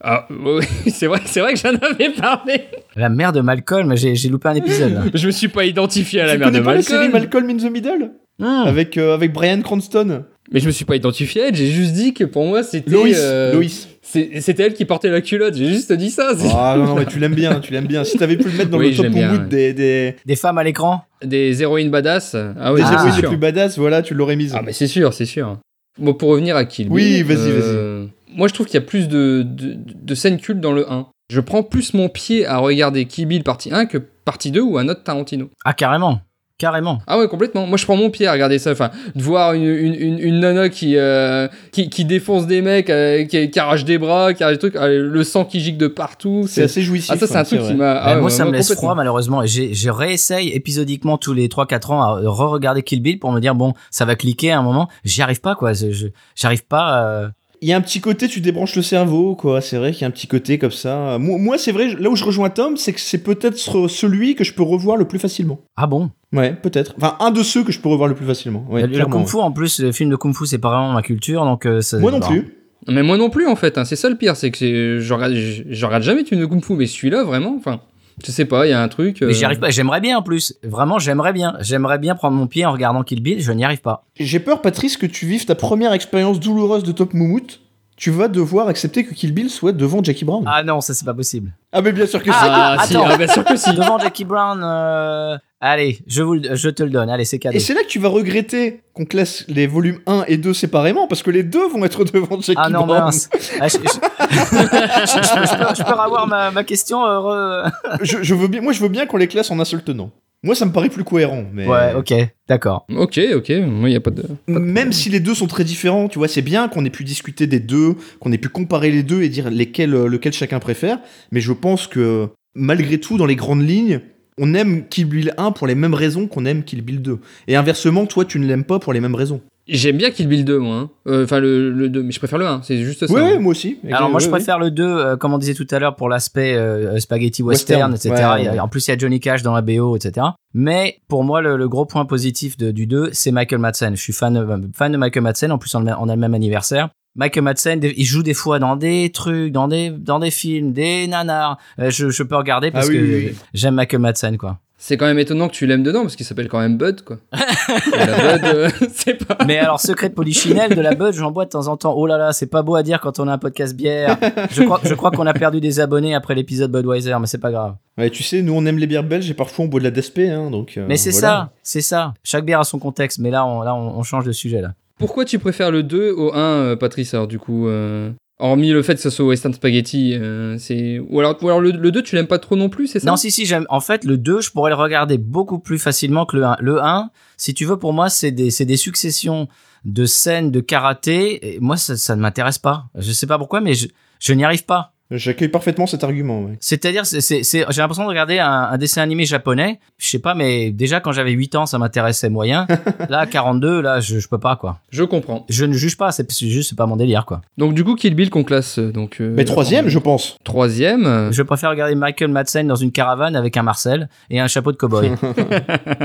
Ah, <laughs> oui, c'est vrai, c'est vrai que j'en avais parlé.
La mère de Malcolm, j'ai j'ai loupé un
<laughs>
épisode, là.
Je me suis pas identifié à la
tu
mère
connais
de
pas la série
Malcolm,
Malcolm in the Middle
Hmm.
avec, euh, avec Brian Cranston
mais je me suis pas identifié. à elle, J'ai juste dit que pour moi, c'était
Loïs
euh, <laughs>
Loïs
c'est- C'était elle qui portait la culotte. J'ai juste dit ça. c'est-
Ah non, non, mais tu l'aimes bien, tu l'aimes bien. Si t'avais pu le mettre dans
Oui,
le
je
top
l'aime
au
bien,
bout
ouais.
des, des,
Des femmes à l'écran
Des héroïnes badass. Ah oui,
des
c'est
héroïnes les
sûr.
plus badass, voilà, tu l'aurais mise.
Ah mais c'est sûr, c'est sûr. Bon, pour revenir à Kill Bill...
Oui, vas-y,
vas-y. Moi, je trouve qu'il y a plus de, de, de scènes cultes dans le 1. Je prends plus mon pied à regarder Kill Bill partie 1 que partie 2 ou un autre Tarantino.
Ah, carrément. Carrément.
Ah ouais, complètement. Moi, je prends mon pied à regarder ça. Enfin, de voir une, une, une, une nana qui, euh, qui, qui défonce des mecs, euh, qui, qui arrache des bras, qui arrache des trucs, euh, le sang qui gicle de partout.
c'est
C'est
assez jouissif.
Ah, ça, c'est
ouais,
un truc qui
vrai.
m'a... ah
Ben, moi,
ouais,
ça me laisse
complètement.
froid, malheureusement. Et j'ai- je réessaye épisodiquement tous les 3-4 ans à re-regarder Kill Bill pour me dire, bon, ça va cliquer à un moment. J'y arrive pas, quoi. Je- je- J'arrive pas. euh,
Il y a un petit côté, tu débranches le cerveau, quoi. C'est vrai qu'il y a un petit côté comme ça. Moi, moi, c'est vrai, là où je rejoins Tom, c'est que c'est peut-être ce- celui que je peux revoir le plus facilement.
Ah bon
Ouais, peut-être. Enfin, un de ceux que je peux revoir le plus facilement. Ouais,
Le- Le
clairement,
Kung Fu, en plus, le film de Kung Fu, c'est pas vraiment ma culture. donc euh, ça-
ouais. Moi non
bon.
plus.
Mais moi non plus, en fait. hein. C'est ça le pire, c'est que c'est- je regarde, je, je regarde jamais de film de Kung Fu, mais celui-là, vraiment, enfin... Je sais pas, il y a un truc... euh,
Mais j'y arrive pas. J'aimerais bien, en plus. Vraiment, j'aimerais bien. J'aimerais bien prendre mon pied en regardant Kill Bill. Je n'y arrive pas.
J'ai peur, Patrice, que tu vives ta première expérience douloureuse de Top Moumout. Tu vas devoir accepter que Kill Bill soit devant Jackie Brown. Ah,
Ah non, ça, c'est pas possible.
mais bien sûr que
Ah, si,
attends.
ah, bien sûr que si.
Devant Jackie Brown, euh, allez, je, vous, le- je te le donne. Allez, c'est
si.
cadeau.
Et c'est là que tu vas regretter qu'on classe les volumes 1 et 2 séparément, parce que les deux vont être <laughs> devant Jackie
Ah non,
Brown.
mince. Ah, je, je- je- je- je peux, je peux revoir ma, ma question. euh, re-
je, je veux bien, moi, je veux bien qu'on les classe en un seul tenant. Moi, ça me paraît plus cohérent. Mais...
Ouais, ok, d'accord.
Ok, ok, moi il a pas de.
Même si les deux sont très différents, tu vois, c'est bien qu'on ait pu discuter des deux, qu'on ait pu comparer les deux et dire lesquels, euh, lequel chacun préfère. Mais je pense que malgré tout, dans les grandes lignes, on aime Kill Bill 1 pour les mêmes raisons qu'on aime Kill Bill 2. Et inversement, toi, tu ne l'aimes pas pour les mêmes raisons.
J'aime bien Kill Bill 2, moi. hein. Euh, Enfin, le, le 2, mais je préfère le 1, c'est juste ça.
Ouais, ouais,
hein.
moi aussi.
Alors moi je
Ouais, ouais.
préfère le 2, euh, comme on disait tout à l'heure, pour l'aspect euh, euh, spaghetti western,
Western,
etc.
ouais,
Il y a-
ouais.
En plus il y a Johnny Cash dans la BO, etc. Mais pour moi le, le gros point positif de- du 2, c'est Michael Madsen. Je suis fan, euh, fan de Michael Madsen, en plus on, le ma- on a le même anniversaire. Michael Madsen, des- il joue des fois dans des trucs, dans des, dans des films, des nanars. Euh, je, je peux regarder parce
Ah oui,
que
oui, oui.
j'aime Michael Madsen, quoi.
C'est quand même étonnant que tu l'aimes dedans, parce qu'il s'appelle quand même Bud,
<laughs>
quoi. Et la Bud, euh, <laughs> c'est pas.
Mais alors, secret de polichinelle, de la Bud, j'en bois de temps en temps. Oh là là, c'est pas beau à dire quand on a un podcast bière. Je crois, je crois qu'on a perdu des abonnés après l'épisode Budweiser, mais c'est pas grave.
Ouais, tu sais, nous, on aime les bières belges et parfois on boit de la DSP, hein, donc... euh,
Mais c'est
voilà.
ça, c'est ça. Chaque bière a son contexte, mais là, on, là, on, on change de sujet là.
Pourquoi tu préfères le 2 au 1, euh, Patrice, alors du coup euh, Hormis le fait que ça soit Western Spaghetti, euh, c'est. Ou alors, ou alors le, 2, tu l'aimes pas trop non plus, c'est ça
Non, si, si, j'aime. En fait, le 2, je pourrais le regarder beaucoup plus facilement que le 1. Le 1, si tu veux, pour moi, c'est des, c'est des successions de scènes de karaté. Et moi, ça, ça ne m'intéresse pas. Je sais pas pourquoi, mais je, je n'y arrive pas.
J'accueille parfaitement cet argument.
Euh,
ouais.
C'est-à-dire, c'est, c'est, c'est- j'ai l'impression de regarder un, un dessin animé japonais. Je sais pas, mais déjà, quand j'avais 8 ans, ça m'intéressait moyen. là, 42, là, je, je peux pas, quoi.
Je comprends.
Je ne juge pas, c'est c'est juste, c'est pas mon délire, quoi.
Donc, du coup, Kill Bill qu'on classe. euh, Donc, euh,
Mais troisième, je pense.
en- Troisième. euh,
Je préfère regarder Michael Madsen dans une caravane avec un Marcel et un chapeau
<laughs>
de cow-boy.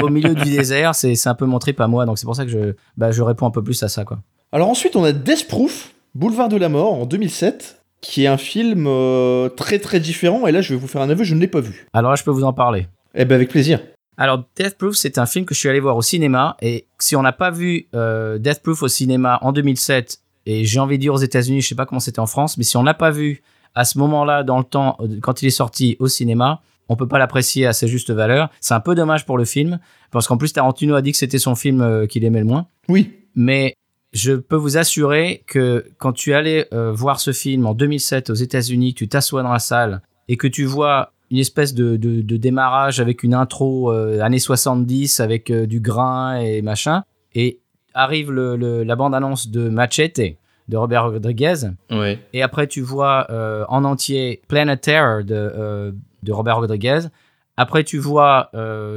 Au milieu du désert, c'est c'est un peu mon trip à moi, donc c'est pour ça que je, bah, je réponds un peu plus à ça. Quoi.
Alors ensuite, on a Death Proof, Boulevard de la Mort, en 2007, qui est un film euh, très très différent. Et là, je vais vous faire un aveu, je ne l'ai pas vu.
Alors là, je peux vous en parler.
Eh ben, avec plaisir.
Alors, Death Proof, c'est un film que je suis allé voir au cinéma. Et si on n'a pas vu euh, Death Proof au cinéma en 2007, et j'ai envie de dire aux États-Unis, je sais pas comment c'était en France, mais si on l'a pas vu à ce moment-là, dans le temps, euh, quand il est sorti au cinéma, on peut pas l'apprécier à sa juste valeur. C'est un peu dommage pour le film, parce qu'en plus, Tarantino a dit que c'était son film euh, qu'il aimait le moins.
Oui.
mais je peux vous assurer que quand tu allais euh, voir ce film en 2007 aux États-Unis, que tu t'assois dans la salle et que tu vois une espèce de, de- de démarrage avec une intro euh, années 70 avec euh, du grain et machin, et arrive le- le- la bande-annonce de Machete de Robert Rodriguez,
Ouais.
et après tu vois euh, en entier Planet Terror de, euh, de Robert Rodriguez. Après tu vois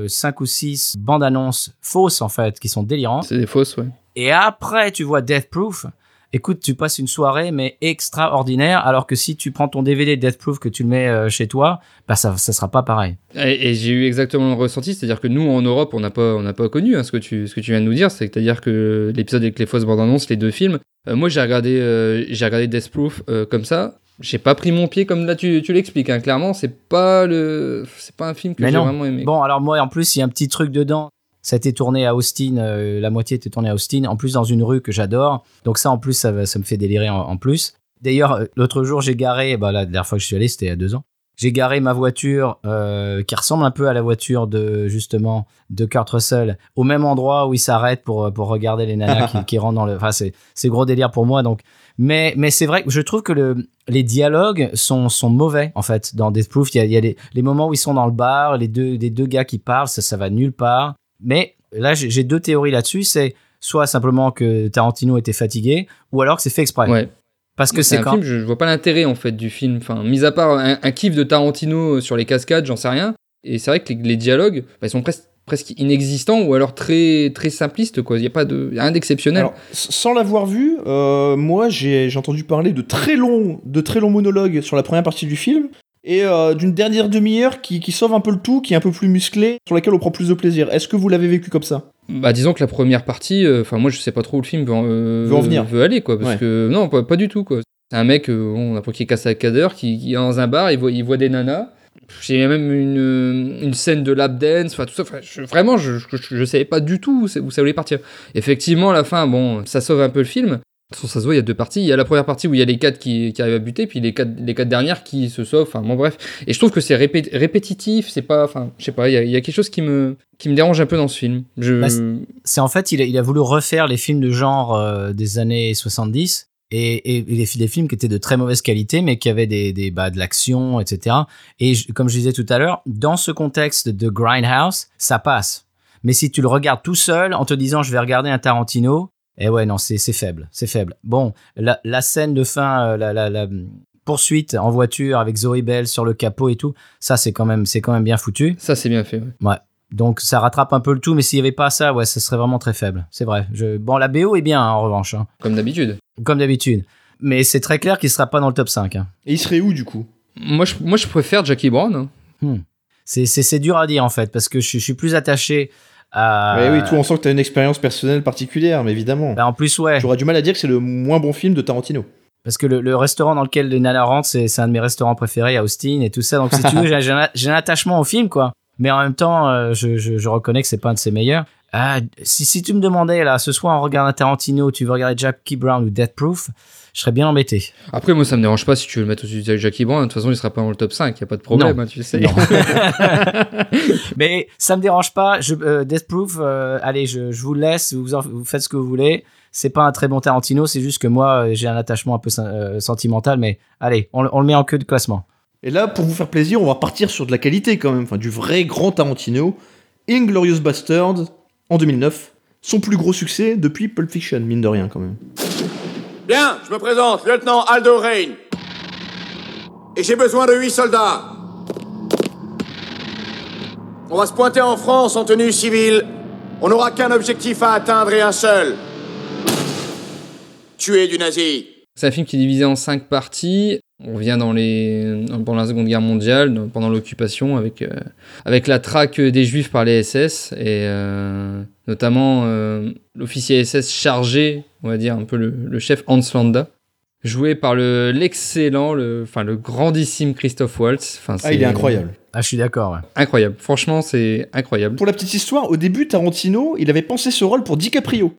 5 ou 6 bandes annonces fausses en fait, qui sont délirantes.
C'est des fausses, ouais.
Et après, tu vois Death Proof. Écoute, tu passes une soirée, mais extraordinaire. Alors que si tu prends ton DVD Death Proof que tu le mets euh, chez toi, bah ça, ça sera pas pareil.
Et, et j'ai eu exactement le ressenti, c'est-à-dire que nous en Europe, on n'a pas, on n'a pas connu hein, ce que tu, ce que tu viens de nous dire, c'est-à-dire que l'épisode avec les fausses bandes annonces, les deux films. euh, moi, j'ai regardé, euh, j'ai regardé Death Proof euh, comme ça. J'ai pas pris mon pied comme là tu, tu l'expliques. hein. Clairement, c'est pas le, c'est pas un film que
Mais
j'ai
non.
vraiment aimé.
Bon, alors moi, en plus, il y a un petit truc dedans. Ça a été tourné à Austin, euh, la moitié était tournée à Austin, en plus dans une rue que j'adore. Donc ça, en plus, ça, va- ça me fait délirer en, en plus. D'ailleurs, euh, l'autre jour, j'ai garé, bah, la dernière fois que je suis allé, c'était il y a deux ans, j'ai garé ma voiture euh, qui ressemble un peu à la voiture de, justement, de Kurt Russell, au même endroit où il s'arrête pour, pour regarder les nanas qui, qui rentrent dans le... Enfin, c'est c'est gros délire pour moi, donc... Mais, mais c'est vrai que je trouve que le, les dialogues sont, sont mauvais en fait dans Death Proof. Il y a, il y a les, les moments où ils sont dans le bar, les deux, les deux gars qui parlent, ça, ça va nulle part. Mais là, j'ai j'ai deux théories là-dessus. C'est soit simplement que Tarantino était fatigué, ou alors que c'est fait exprès.
ouais.
Parce que c'est
un
quand
film, je, je vois pas l'intérêt en fait du film. Enfin, mis à part un, un kiff de Tarantino euh, sur les cascades, j'en sais rien. Et c'est vrai que les, les dialogues, bah, ils sont presque presque inexistants ou alors très très simplistes quoi. Il y a pas de, y a rien d'exceptionnel.
Alors, s- sans l'avoir vu, euh, moi j'ai j'ai entendu parler de très longs, de très longs monologues sur la première partie du film et euh, d'une dernière demi-heure qui, qui sauve un peu le tout, qui est un peu plus musclée, sur laquelle on prend plus de plaisir. Est-ce que vous l'avez vécu comme ça
Bah disons que la première partie, euh, enfin moi je sais pas trop où le film veut, en- euh,
Veut en venir.
veut aller quoi, parce
Ouais.
que non pas, pas du tout quoi. C'est un mec, euh, on apprend qu'il est casse à cadre, qui, qui est dans un bar, il voit, il voit des nanas. J'ai même une, euh, une scène de lap dance, enfin tout ça. Enfin, je- vraiment, je, je, je savais pas du tout où, c'est- où ça voulait partir. Effectivement, à la fin, bon, ça sauve un peu le film. De toute façon, ça se voit, il y a deux parties. Il y a la première partie où il y a les quatre qui, qui arrivent à buter, puis les quatre, les quatre dernières qui se sauvent. Enfin bon, bref. Et je trouve que c'est répé- répétitif, c'est pas. Enfin, je sais pas, il y a, il y a quelque chose qui me, qui me dérange un peu dans ce film. Je...
Bah, c'est- c'est en fait, il a, il a voulu refaire les films de genre euh, des années 70 et, et, et les, fi- des films qui étaient de très mauvaise qualité, mais qui avaient des, des, bah, de l'action, etc. Et je- comme je disais tout à l'heure, dans ce contexte de Grindhouse, ça passe. Mais si tu le regardes tout seul en te disant je vais regarder un Tarantino, eh ouais, non, c'est c'est faible, c'est faible. Bon, la, la scène de fin, euh, la, la, la poursuite en voiture avec Zoe Bell sur le capot et tout, ça c'est quand même c'est quand même bien foutu.
Ça, c'est bien fait. ouais.
Donc ça rattrape un peu le tout, mais s'il n'y avait pas ça, ouais, ça serait vraiment très faible. C'est vrai. Je... Bon, la BO est bien hein, en revanche, hein.
Comme d'habitude.
comme d'habitude. Mais c'est très clair qu'il ne sera pas dans le top 5. hein.
Et il serait où du coup
Moi je, moi, je préfère Jackie Brown. hein.
C'est- C'est c'est dur à dire en fait, parce que je, je suis plus attaché à.
Mais oui, toi on sent que t'as une expérience personnelle particulière, mais évidemment.
Bah, en plus, ouais.
J'aurais du mal à dire que c'est le moins bon film de Tarantino.
Parce que le, le restaurant dans lequel les nanas rentrent, c'est c'est un de mes restaurants préférés à Austin et tout
<laughs>
ça. Donc, si tu veux, j'ai- j'ai un j'ai un attachement au film, quoi. Mais en même temps, euh, je, je- je reconnais que c'est pas un de ses meilleurs. Ah, si, si tu me demandais, là, ce soir, on regarde un Tarantino, tu veux regarder Jackie Brown ou Death Proof, je serais bien embêté.
Après, moi, ça me dérange pas si tu veux le mettre au-dessus de Jackie Brown. De toute façon, il sera pas dans le top 5. Y a pas de problème,
Non.
hein, tu le sais.
Non. Mais ça me dérange pas. Je, euh, Death Proof, euh, allez, je, je vous laisse. Vous, en- vous faites ce que vous voulez. C'est pas un très bon Tarantino. C'est juste que moi, euh, j'ai un attachement un peu euh, sentimental. Mais allez, on, le- on le met en queue de classement.
Et là, pour vous faire plaisir, on va partir sur de la qualité quand même, enfin du vrai grand Tarantino. Inglorious Bastard, en 2009, son plus gros succès depuis Pulp Fiction, mine de rien quand même.
Bien, je me présente, lieutenant Aldo Rain. Et j'ai besoin de huit soldats. On va se pointer en France en tenue civile. On n'aura qu'un objectif à atteindre et un seul. Tuer du nazi.
C'est un film qui est divisé en cinq parties. On revient dans les, pendant la Seconde Guerre mondiale, dans- pendant l'occupation, avec, euh, avec la traque des Juifs par les SS, et euh, notamment euh, l'officier SS chargé, on va dire un peu le, le chef Hans Landa, joué par le l'excellent, le, enfin le grandissime Christophe Waltz. Enfin,
Ah,
c'est-
il est incroyable.
Ah, je suis d'accord. ouais.
Incroyable. Franchement, c'est incroyable.
Pour la petite histoire, au début, Tarantino, il avait pensé ce rôle pour DiCaprio.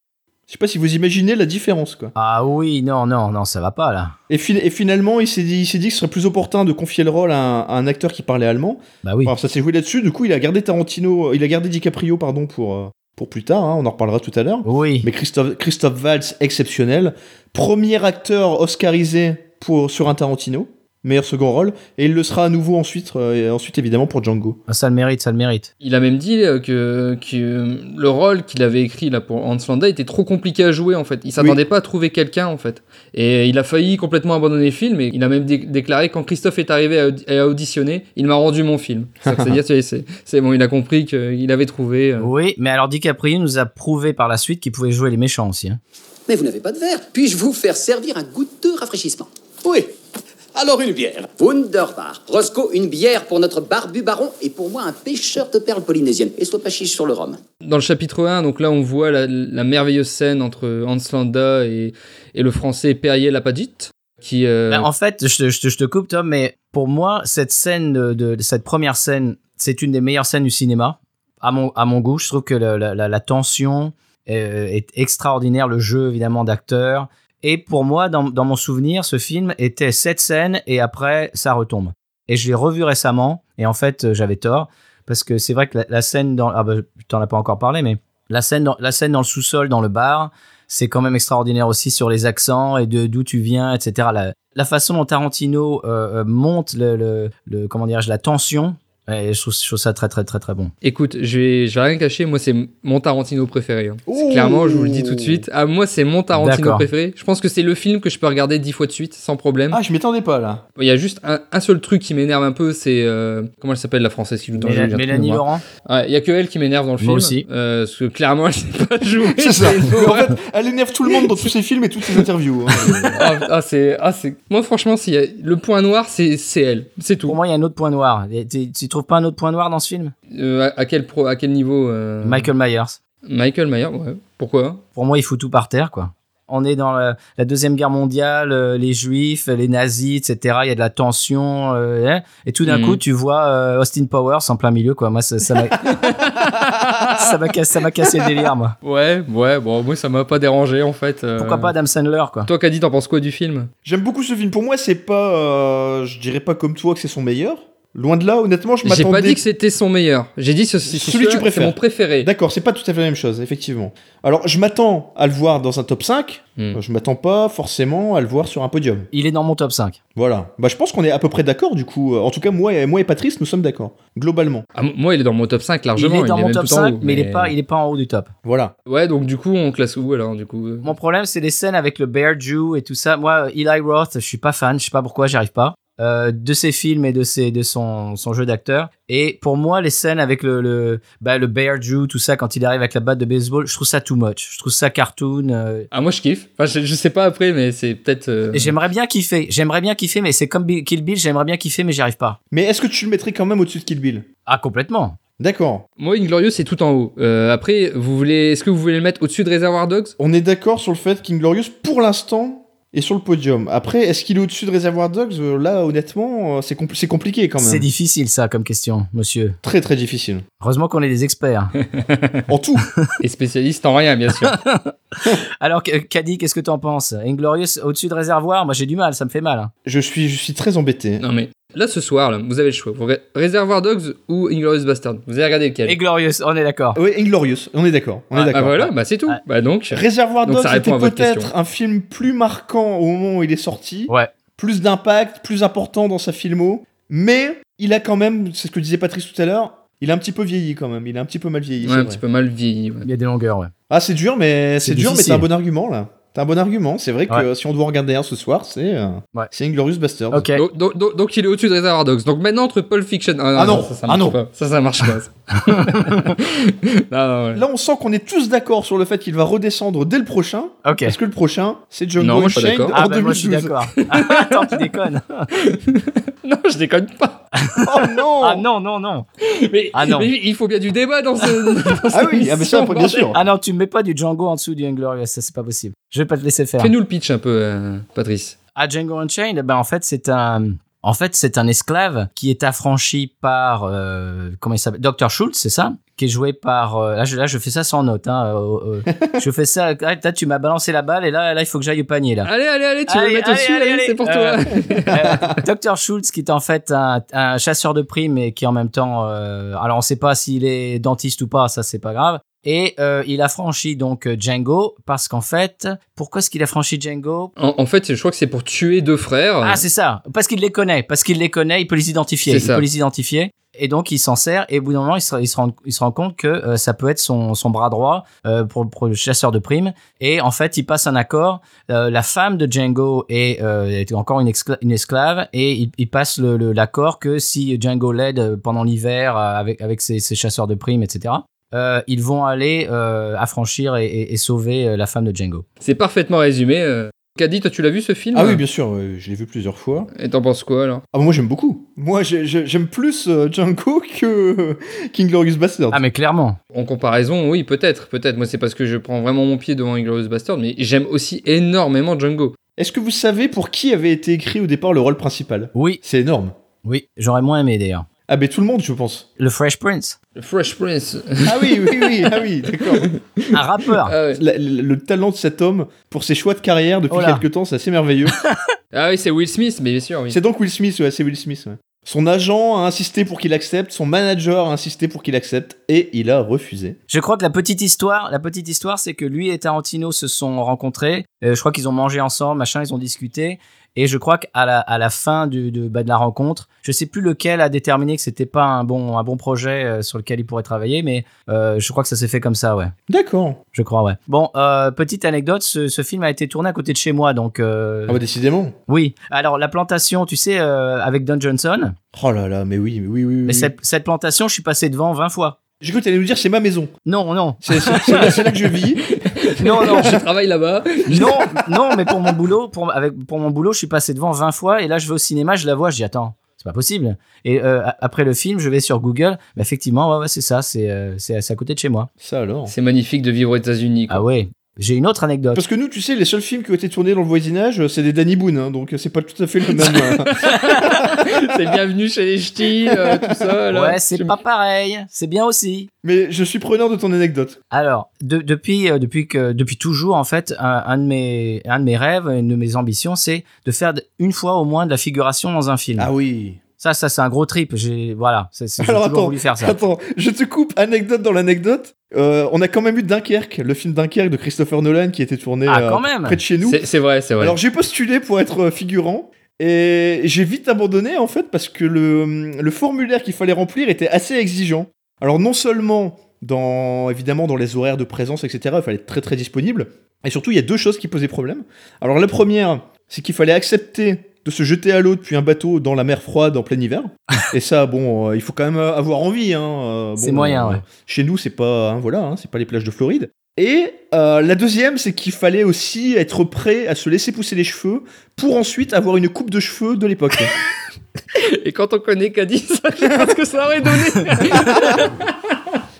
Je sais pas si vous imaginez la différence, quoi.
Ah oui, non, non, non, ça va pas là.
Et, fi- et finalement, il s'est dit, il s'est dit que ce serait plus opportun de confier le rôle à un, à un acteur qui parlait allemand.
Bah oui.
Alors ça s'est joué là-dessus. Du coup, il a gardé Tarantino, il a gardé DiCaprio, pardon, pour euh, pour plus tard. hein, on en reparlera tout à l'heure.
Oui.
Mais Christophe, Christophe Waltz, exceptionnel. Premier acteur oscarisé pour, sur un Tarantino, meilleur second rôle. Et il le sera à nouveau ensuite, euh, et ensuite évidemment pour Django.
Ah, Ça le mérite, ça le mérite.
Il a même dit euh, que, que euh, le rôle qu'il avait écrit là pour Hans Landa était trop compliqué à jouer en fait. Il s'attendait pas à trouver quelqu'un en fait. Et il a failli complètement abandonner le film. Et il a même dé- déclaré quand Christophe est arrivé à, audi- à auditionner, il m'a rendu mon film. C'est-à-dire que c'est- c'est c'est bon, il a compris qu'il avait trouvé. euh,
Oui, mais alors DiCaprio nous a prouvé par la suite qu'il pouvait jouer les méchants aussi. hein.
Mais vous n'avez pas de verre. Puis-je vous faire servir un goûteux rafraîchissement
Oui. Alors une bière.
Wunderbar. Roscoe, une bière pour notre barbu baron et pour moi un pêcheur de perles polynésiennes. Et sois pas chiche sur le rhum.
Dans le chapitre 1, donc là on voit la, la merveilleuse scène entre Hans Landa et, et le français Perrier Lapadite. Qui, euh,
Ben, en fait, je te, je te- je te coupe, Tom, mais pour moi, cette scène, de, de- cette première scène, c'est une des meilleures scènes du cinéma. À mon, à mon goût, je trouve que la, la- la- la tension euh, est extraordinaire, le jeu évidemment d'acteur. Et pour moi, dans, dans mon souvenir, ce film était cette scène et après, ça retombe. Et je l'ai revu récemment, et en fait, euh, j'avais tort, parce que c'est vrai que la, la scène dans. Ah ben, t'en as pas encore parlé, mais la scène dans, la scène dans le sous-sol, dans le bar, c'est quand même extraordinaire aussi sur les accents et de d'où tu viens, etc. La, la façon dont Tarantino euh, euh, monte le, le, le- comment dirais-je la tension, et je, trouve, je trouve ça très très très très bon.
Écoute, je vais, je vais rien cacher, moi c'est mon Tarantino préféré. hein. C'est
Ouh.
Clairement, je vous le dis tout de suite. Ah, moi c'est mon Tarantino
D'accord.
préféré. Je pense que c'est le film que je peux regarder dix fois de suite sans problème.
Ah, je m'étendais pas là.
Il y a juste un, un seul truc qui m'énerve un peu, c'est euh, comment elle s'appelle la française qui joue dans le jeu,
Méla-
j'ai un trou de
Mélanie
mémoire.
Laurent,
Ouais, Il y a que elle qui m'énerve dans le film.
aussi.
Euh, parce que clairement elle sait pas jouer.
<laughs> C'est ça.
C'est une
Mais en
horreur.
fait, elle énerve tout le monde dans tous ses films et toutes ses interviews. hein.
<laughs> ah, ah, c'est ah c'est. Moi franchement, s'il y a- le point noir c'est c'est elle, c'est tout.
pour moi il y a un autre point noir. Et Tu, tu trouves pas un autre point noir dans ce film
Euh, à, à quel pro, à quel niveau euh,
Michael Myers.
Michael Myers, ouais. Pourquoi
Pour moi il fout tout par terre quoi. On est dans la, la deuxième guerre mondiale, euh, les juifs, les nazis, etc. Il y a de la tension euh, hein. et tout d'un
Mhm.
coup tu vois euh, Austin Powers en plein milieu quoi. Moi ça
<laughs>
ça m'a <laughs> ça m'a cassé, ça m'a cassé le délire moi.
Ouais, ouais. Bon, moi ça m'a pas dérangé en fait. euh.
Pourquoi pas Adam Sandler quoi.
Toi, Caddy, t'en penses quoi du film
J'aime beaucoup ce film. Pour moi, c'est pas, euh, je dirais pas comme toi que c'est son meilleur. Loin de là, honnêtement, je
J'ai
m'attendais.
pas dit que c'était son meilleur. J'ai dit ce, ce-
Celui que tu
c'est
préfères.
mon préféré.
D'accord, c'est pas tout à fait la même chose, effectivement. Alors, je m'attends à le voir dans un top 5.
Hmm.
Je m'attends pas forcément à le voir sur un podium.
Il est dans mon top 5.
Voilà. Bah, je pense qu'on est à peu près d'accord, du coup. En tout cas, moi et, moi et Patrice, nous sommes d'accord. Globalement.
Ah, m- moi, il est dans mon top 5 largement.
il est dans mon
même
top
tout en
5,
haut,
mais, il, est pas, il est pas en haut du top.
Voilà.
Ouais, donc du coup, on classe où alors du coup euh
Mon problème, c'est les scènes avec le Bear Jew et tout ça. Moi, Eli Roth, je suis pas fan, je sais pas pourquoi, j'y arrive pas. Euh, de ses films et de, ses, de son, son jeu d'acteur. Et pour moi, les scènes avec le, le, bah, le Bear Jew, tout ça, quand il arrive avec la batte de baseball, je trouve ça too much. Je trouve ça cartoon. euh,
Ah, moi, je kiffe. Enfin, je, je sais pas après, mais c'est peut-être. euh,
et J'aimerais bien kiffer, j'aimerais bien kiffer, mais c'est comme Bill- Kill Bill, j'aimerais bien kiffer, mais j'y arrive pas.
Mais est-ce que tu le mettrais quand même au-dessus de Kill Bill
Ah, complètement.
D'accord.
Moi, Inglorious, c'est tout en haut. Euh, après, vous voulez, est-ce que vous voulez le mettre au-dessus de Reservoir Dogs
On est d'accord sur le fait qu'Inglorious, pour l'instant, et sur le podium. Après, est-ce qu'il est au-dessus de Reservoir Dogs Euh, Là, honnêtement, euh, c'est compl- c'est compliqué quand
C'est
même.
difficile, ça, comme question, monsieur.
Très très difficile.
<laughs>
Heureusement qu'on est des experts.
En tout.
Et spécialiste en rien, bien <laughs> sûr.
Alors, K- Caddy, qu'est-ce que t'en penses Inglorious au-dessus de réservoir Moi, j'ai du mal, ça me fait mal. hein.
Je suis, je suis très embêté.
Non mais là ce soir, là, vous avez le choix. Vous regardez Reservoir Dogs ou Inglorious Bastard. Vous allez regarder lequel
Inglorious, on est d'accord.
Oui, Inglorious, on est d'accord. On est
Ah
d'accord.
voilà, bah c'est tout.
Ouais.
Bah donc.
Réservoir
Donc,
Dogs
ça répond
était
à votre
peut-être
question.
un film plus marquant au moment où il est sorti,
Ouais.
plus d'impact, plus important dans sa filmo, mais il a quand même, c'est ce que disait Patrice tout à l'heure, il a un petit peu vieilli quand même, il a un petit peu mal vieilli.
Ouais,
c'est
un
vrai.
petit peu mal vieilli. ouais.
Il y a des longueurs, ouais.
Ah c'est dur, mais c'est
C'est
dur, mais
difficile.
t'as un bon argument là. T'as un bon argument, c'est vrai que euh, si on doit en regarder un ce soir, c'est euh,
Ouais.
c'est Inglorious Bastards.
Ok.
Donc, donc- donc- donc il est au-dessus de Reservoir Dogs. Donc maintenant entre Pulp Fiction.
Ah non,
ça, ça
ah
marche
non.
pas. Ça, ça marche pas. ça.
<laughs>
non, non, ouais.
Là, on sent qu'on est tous d'accord sur le fait qu'il va redescendre dès le prochain,
Ok.
parce que le prochain, c'est Django
Non, moi, je suis
Unchained en
d'accord.
Ah, bah, moi, je suis
2012.
d'accord. Ah, Attends, tu déconnes.
<laughs> Non, je déconne
<laughs>
pas.
Oh non
Ah, non, non, non.
Mais,
Ah non.
mais il faut bien du débat dans ce. dans
Ah
cette
oui, ah, mais ça,
émission,
après, bien
bordel.
sûr.
Ah, non, tu me mets pas du Django en dessous du Inglorious, ça, c'est pas possible. Je vais pas te laisser faire.
Fais-nous le pitch un peu, euh, Patrice.
à Django Unchained, ben en fait c'est un en fait, c'est un esclave qui est affranchi par euh, comment il s'appelle Dr Schultz, c'est ça Qui est joué par euh, là, je, là je fais ça sans note. Hein, euh, euh, je fais ça. ah, Là, tu m'as balancé la balle et là, là il faut que j'aille au panier là.
Allez, allez, allez, tu veux
Allez,
le mettre
allez,
au-dessus,
allez,
allez,
allez.
c'est pour
Euh,
toi.
Dr Schultz qui est en fait un, un chasseur de primes et qui en même temps, euh, alors on sait pas s'il est dentiste ou pas, ça c'est pas grave. Et euh, il a franchi donc euh, Django parce qu'en fait, pourquoi est-ce qu'il a franchi Django
En, en fait, je crois que c'est pour tuer deux frères.
Ah, c'est ça. Parce qu'il les connaît. Parce qu'il les connaît, il peut les identifier.
C'est
Il
ça.
peut les identifier. Et donc, il s'en sert. Et au bout d'un moment, il se, il se rend, il se rend compte que euh, ça peut être son, son bras droit euh, pour, pour le chasseur de primes. Et en fait, il passe un accord. Euh, la femme de Django est, euh, est encore une, excla- une esclave. Et il, il passe le- le- l'accord que si Django l'aide euh, pendant l'hiver euh, avec, avec ses, ses chasseurs de primes, etc., euh, ils vont aller euh, affranchir et, et- et sauver euh, la femme de Django.
C'est parfaitement résumé. euh. Caddy, toi, tu l'as vu ce film
Ah oui, bien sûr, euh, je l'ai vu plusieurs fois.
Et t'en penses quoi alors
Ah, bah, moi j'aime beaucoup. Moi j'ai- j'ai- j'aime plus euh, Django <laughs> que King Glorious Bastard.
Ah, mais clairement.
En comparaison, oui, peut-être, peut-être. Moi, c'est parce que je prends vraiment mon pied devant Inglourious Bastard, mais j'aime aussi énormément Django.
Est-ce que vous savez pour qui avait été écrit au départ le rôle principal
Oui,
C'est énorme.
oui. J'aurais moins aimé d'ailleurs.
Ah, mais tout le monde, je pense.
Le Fresh Prince.
Le Fresh Prince.
Ah oui, oui, oui, ah oui, d'accord.
<laughs> un rappeur.
Ah, ouais.
La- le, le talent de cet homme pour ses choix de carrière depuis
Oh là.
quelques temps, c'est assez merveilleux.
Ah oui, c'est Will Smith, mais bien sûr, oui.
C'est donc Will Smith, ouais, c'est Will Smith. ouais. Son agent a insisté pour qu'il accepte, son manager a insisté pour qu'il accepte, et il a refusé.
Je crois que la petite histoire, la petite histoire, c'est que lui et Tarantino se sont rencontrés. Euh, je crois qu'ils ont mangé ensemble, machin, ils ont discuté. Et je crois qu'à la, à la fin du, de, bah, de la rencontre, je sais plus lequel a déterminé que c'était pas un bon, un bon projet euh, sur lequel il pourrait travailler, mais euh, je crois que ça s'est fait comme ça, ouais.
D'accord.
Je crois, ouais. Bon, euh, petite anecdote, ce, ce film a été tourné à côté de chez moi, donc euh,
Ah bah décidément.
oui. Alors la plantation, tu sais, euh, avec Don Johnson,
Oh là là, mais oui, mais oui, oui. oui,
mais
oui.
cette, cette plantation, je suis passé devant 20 fois.
J'ai cru que t'allais nous dire c'est ma maison. <laughs>
Non, non,
C'est c'est- c'est là, c'est là que je vis.
non, non.
Je travaille là-bas.
<laughs> Non, non, mais pour mon boulot, pour, avec, pour mon boulot, je suis passé devant 20 fois et là, je vais au cinéma, je la vois, je dis attends, c'est pas possible. Et euh, a- après le film, je vais sur Google, bah, effectivement, ouais, ouais, c'est ça, c'est euh, c'est c'est à côté de chez moi.
Ça alors.
C'est magnifique de vivre aux États-Unis. quoi.
Ah ouais, j'ai une autre anecdote.
Parce que nous, tu sais, les seuls films qui ont été tournés dans le voisinage, euh, c'est des Danny Boone, hein, donc euh, c'est pas tout à fait le même. euh.
C'est bienvenu chez les ch'tis, euh, tout ça. Là.
Ouais, c'est
Je-
pas pareil, c'est bien aussi.
Mais je suis preneur de ton anecdote.
Alors, de- depuis, euh, depuis, que, depuis toujours, en fait, un, un de mes, un de mes rêves, une de mes ambitions, c'est de faire d- une fois au moins de la figuration dans un film.
oui.
Ça, ça, c'est un gros trip. J'ai, voilà, c'est, c'est, j'ai
Ah Alors,
toujours
attends,
voulu faire
<laughs>
ça.
Attends, je te coupe anecdote dans l'anecdote. Euh, on a quand même eu Dunkerque, le film Dunkerque de Christopher Nolan qui a été tourné
Ah,
euh,
quand même.
près de chez nous.
C'est c'est vrai, c'est vrai.
Alors j'ai postulé pour être euh, figurant et j'ai vite abandonné en fait parce que le, le formulaire qu'il fallait remplir était assez exigeant. Alors non seulement dans évidemment dans les horaires de présence etc. Il fallait être très très disponible et surtout il y a deux choses qui posaient problème. Alors la première c'est qu'il fallait accepter de se jeter à l'eau depuis un bateau dans la mer froide en plein <laughs> hiver. Et ça, bon, euh, il faut quand même euh, avoir envie. Hein. euh,
C'est
bon,
moyen,
euh,
ouais.
Chez nous, c'est pas, hein, voilà, hein, c'est pas les plages de Floride. Et euh, la deuxième, c'est qu'il fallait aussi être prêt à se laisser pousser les cheveux pour ensuite avoir une coupe de cheveux de l'époque. <laughs>
<laughs> Et quand on connaît Caddy, ça, je pense que ça aurait donné.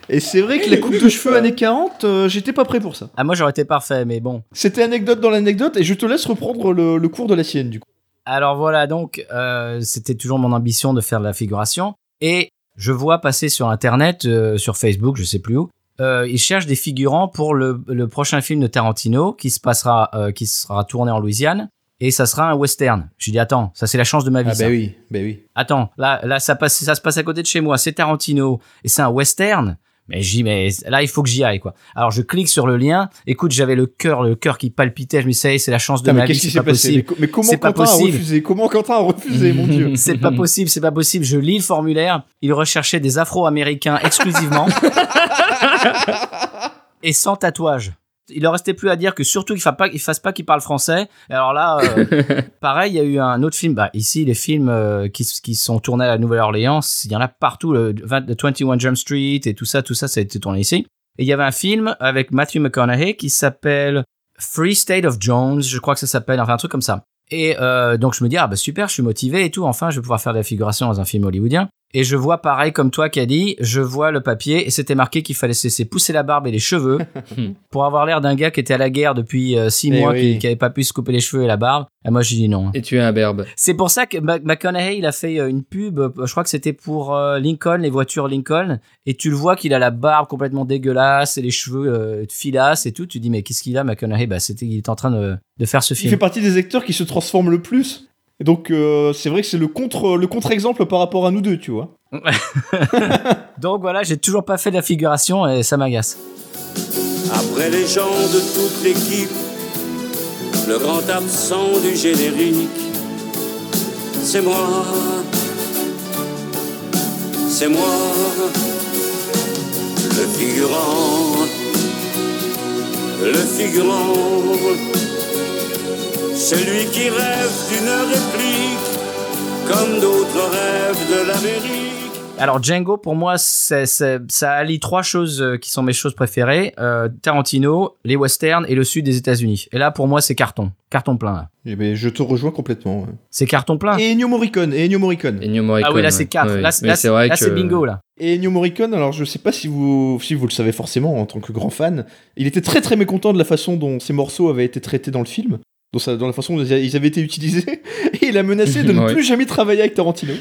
Et c'est vrai que la coupe de cheveux années 40, euh, j'étais pas prêt pour ça.
Ah, moi j'aurais été parfait, mais bon.
C'était anecdote dans l'anecdote et je te laisse reprendre le, le cours de la sienne du coup.
Alors voilà, donc euh, c'était toujours mon ambition de faire de la figuration. Et je vois passer sur Internet, euh, sur Facebook, je sais plus où, euh, ils cherchent des figurants pour le, le prochain film de Tarantino qui se passera, euh, qui sera tourné en Louisiane. Et ça sera un western. J'ai dit attends, ça c'est la chance de ma vie. ça.
oui, bah oui.
Attends, là, là ça passe, ça se passe à côté de chez moi. C'est Tarantino et c'est un western. Mais j'y, mais là il faut que j'y aille quoi. Alors je clique sur le lien. Écoute, j'avais le cœur, le cœur qui palpitait. Je me disais, hey, c'est la chance de
Putain,
ma
mais
vie.
qu'est-ce qui s'est
c'est pas
passé mais,
possible.
co- mais comment
C'est pas
Quentin a
possible.
refusé Comment Quentin a refusé, mon
<laughs>
dieu
C'est pas possible, c'est pas possible. Je lis le formulaire. Il recherchait des Afro-Américains exclusivement et sans tatouage. Il leur restait plus à dire que surtout qu'il fasse pas, qu'il fasse pas qu'ils parlent français. Alors là, euh, pareil, il y a eu un autre film. Bah, ici, les films euh, qui, qui sont tournés à la Nouvelle-Orléans, il y en a partout. Le, 20 le 21 Jump Street et tout ça, tout ça, ça a été tourné ici. Et il y avait un film avec Matthew McConaughey qui s'appelle Free State of Jones, je crois que ça s'appelle, enfin un truc comme ça. Et euh, donc je me dis, ah bah super, je suis motivé et tout, enfin je vais pouvoir faire de la figuration dans un film hollywoodien. Et je vois pareil comme toi, Caddy, je vois le papier et c'était marqué qu'il fallait se laisser pousser la barbe et
<laughs>
les cheveux pour avoir l'air d'un gars qui était à la guerre depuis euh, six
Eh
mois,
oui.
qui- qui n'avait pas pu se couper les cheveux et la barbe. Et moi j'ai dit non.
Et tu es un berbe.
C'est pour ça que Ma- McConaughey, il a fait euh, une pub, euh, je crois que c'était pour euh, Lincoln, les voitures Lincoln, et tu le vois qu'il a la barbe complètement dégueulasse et les cheveux euh, filasses et tout. Tu dis, mais qu'est-ce qu'il a, McConaughey bah, c'était, Il est en train de, de faire ce
Il fait
film.
partie des acteurs qui se transforment le plus. Et donc euh, c'est vrai que c'est le contre le contre-exemple par rapport à nous deux, tu vois.
Donc voilà, j'ai toujours pas fait de la figuration et ça m'agace.
Après les gens de toute l'équipe, le grand absent du générique, c'est moi. C'est moi, le figurant. Le figurant, celui qui rêve d'une réplique, comme d'autres rêvent de l'Amérique.
Alors Django, pour moi, c'est, c'est- ça allie trois choses euh, qui sont mes choses préférées. euh, Tarantino, les westerns et le sud des États-Unis. Et là, pour moi, c'est carton. Carton plein. là.
Eh ben, je te rejoins complètement. ouais.
C'est carton plein.
Et Ennio Morricone, et Ennio Morricone.
Ennio Morricone,
Ah oui, là,
ouais.
c'est quatre.
Ouais,
Là,
mais
là,
c'est vrai
là,
que-
c'est bingo, là.
Et Ennio Morricone, alors je sais pas si vous, si vous le savez forcément en tant que grand fan, il était très très mécontent de la façon dont ces morceaux avaient été traités dans le film, dans, sa- dans la façon dont ils avaient été utilisés, <laughs> et il a menacé de ne
Ouais.
plus jamais travailler avec Tarantino.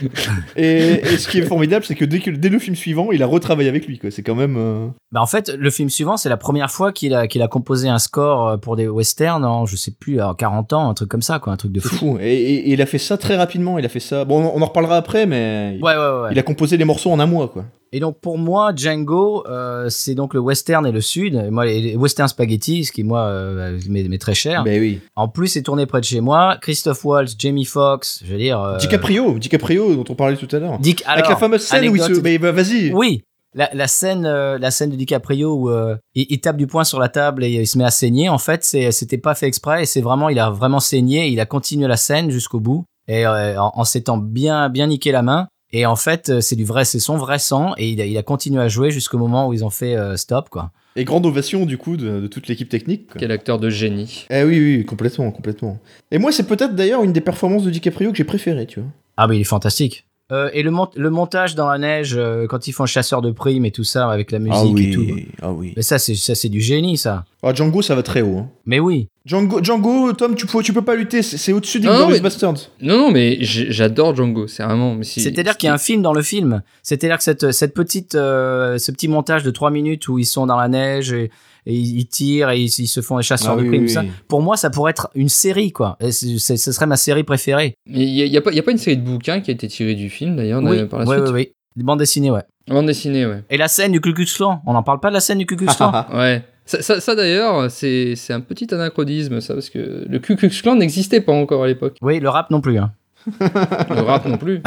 et, et ce qui est formidable, c'est que dès, que dès le film suivant, il a retravaillé avec lui. quoi. C'est quand même. euh,
Bah en fait, le film suivant, c'est la première fois qu'il a, qu'il a composé un score euh, pour des westerns en, je sais plus, en 40 ans, un truc comme ça, quoi, un truc de
C'est
fou.
fou. Et, et- et il a fait ça très rapidement. Il a fait ça. Bon, on en reparlera après, mais.
Ouais, ouais, ouais.
Il a composé les morceaux en un mois, quoi.
Et donc, pour moi, Django, euh, c'est donc le western et le sud. Et moi, les, les western spaghetti, ce qui, moi, euh, m'est m'est très cher.
Ben oui.
En plus, c'est tourné près de chez moi. Christophe Waltz, Jamie Foxx, je veux dire... euh,
DiCaprio, DiCaprio, dont on parlait tout à l'heure.
Dick, alors,
Avec la fameuse scène où il se.
anecdote-
Ben, ben, vas-y.
Oui, la, la scène, euh, la scène de DiCaprio où euh, il, il tape du poing sur la table et il se met à saigner. En fait, c'est- c'était pas fait exprès et c'est vraiment, il a vraiment saigné. Il a continué la scène jusqu'au bout et euh, en, en s'étant bien, bien niqué la main. Et en fait, euh, c'est du vrai, c'est son vrai sang et il a, il a continué à jouer jusqu'au moment où ils ont fait euh, stop quoi.
Et grande ovation du coup de, de toute l'équipe technique. quoi.
Quel acteur de génie.
Eh oui, oui, complètement, complètement. Et moi, c'est peut-être d'ailleurs une des performances de DiCaprio que j'ai préférée, tu vois.
Ah mais il est fantastique. Euh, et le, mont- le montage dans la neige euh, quand ils font chasseur de primes et tout ça avec la musique et tout.
ah oui.
Mais ça, c'est ça, c'est du génie ça.
Ah, Django, ça va très haut. hein.
Mais oui.
Django, Django, Tom, tu peux, tu peux pas lutter, c'est c'est au-dessus des
Non,
Glorious
mais-
Bastards.
Non, non, mais j'ai- j'adore Django, c'est vraiment. mais si-
C'est-à-dire qu'il y a un film dans le film. C'est-à-dire que cette, cette petite, euh, ce petit montage de trois minutes où ils sont dans la neige et, et ils ils tirent et ils, ils se font les chasseurs
Ah
de
oui,
primes,
oui,
ça.
oui.
Pour moi, ça pourrait être une série, quoi. Et c'est- c'est- ce serait ma série préférée.
Il n'y a, il y a pas il y a pas une série de bouquins qui a été tirée du film d'ailleurs
oui,
d'ailleurs, par la
oui,
suite.
oui, oui. Des bandes dessinées, ouais.
Bande dessinée, ouais.
Et la scène du Ku Klux Klan. On n'en parle pas de la scène du Ku Klux Klan.
<laughs>
Ouais. Ça, ça- ça, d'ailleurs, c'est c'est un petit anachronisme, ça, parce que le Ku Klux Klan n'existait pas encore à l'époque.
oui, le rap non plus. hein.
Le rap non
<laughs>
plus.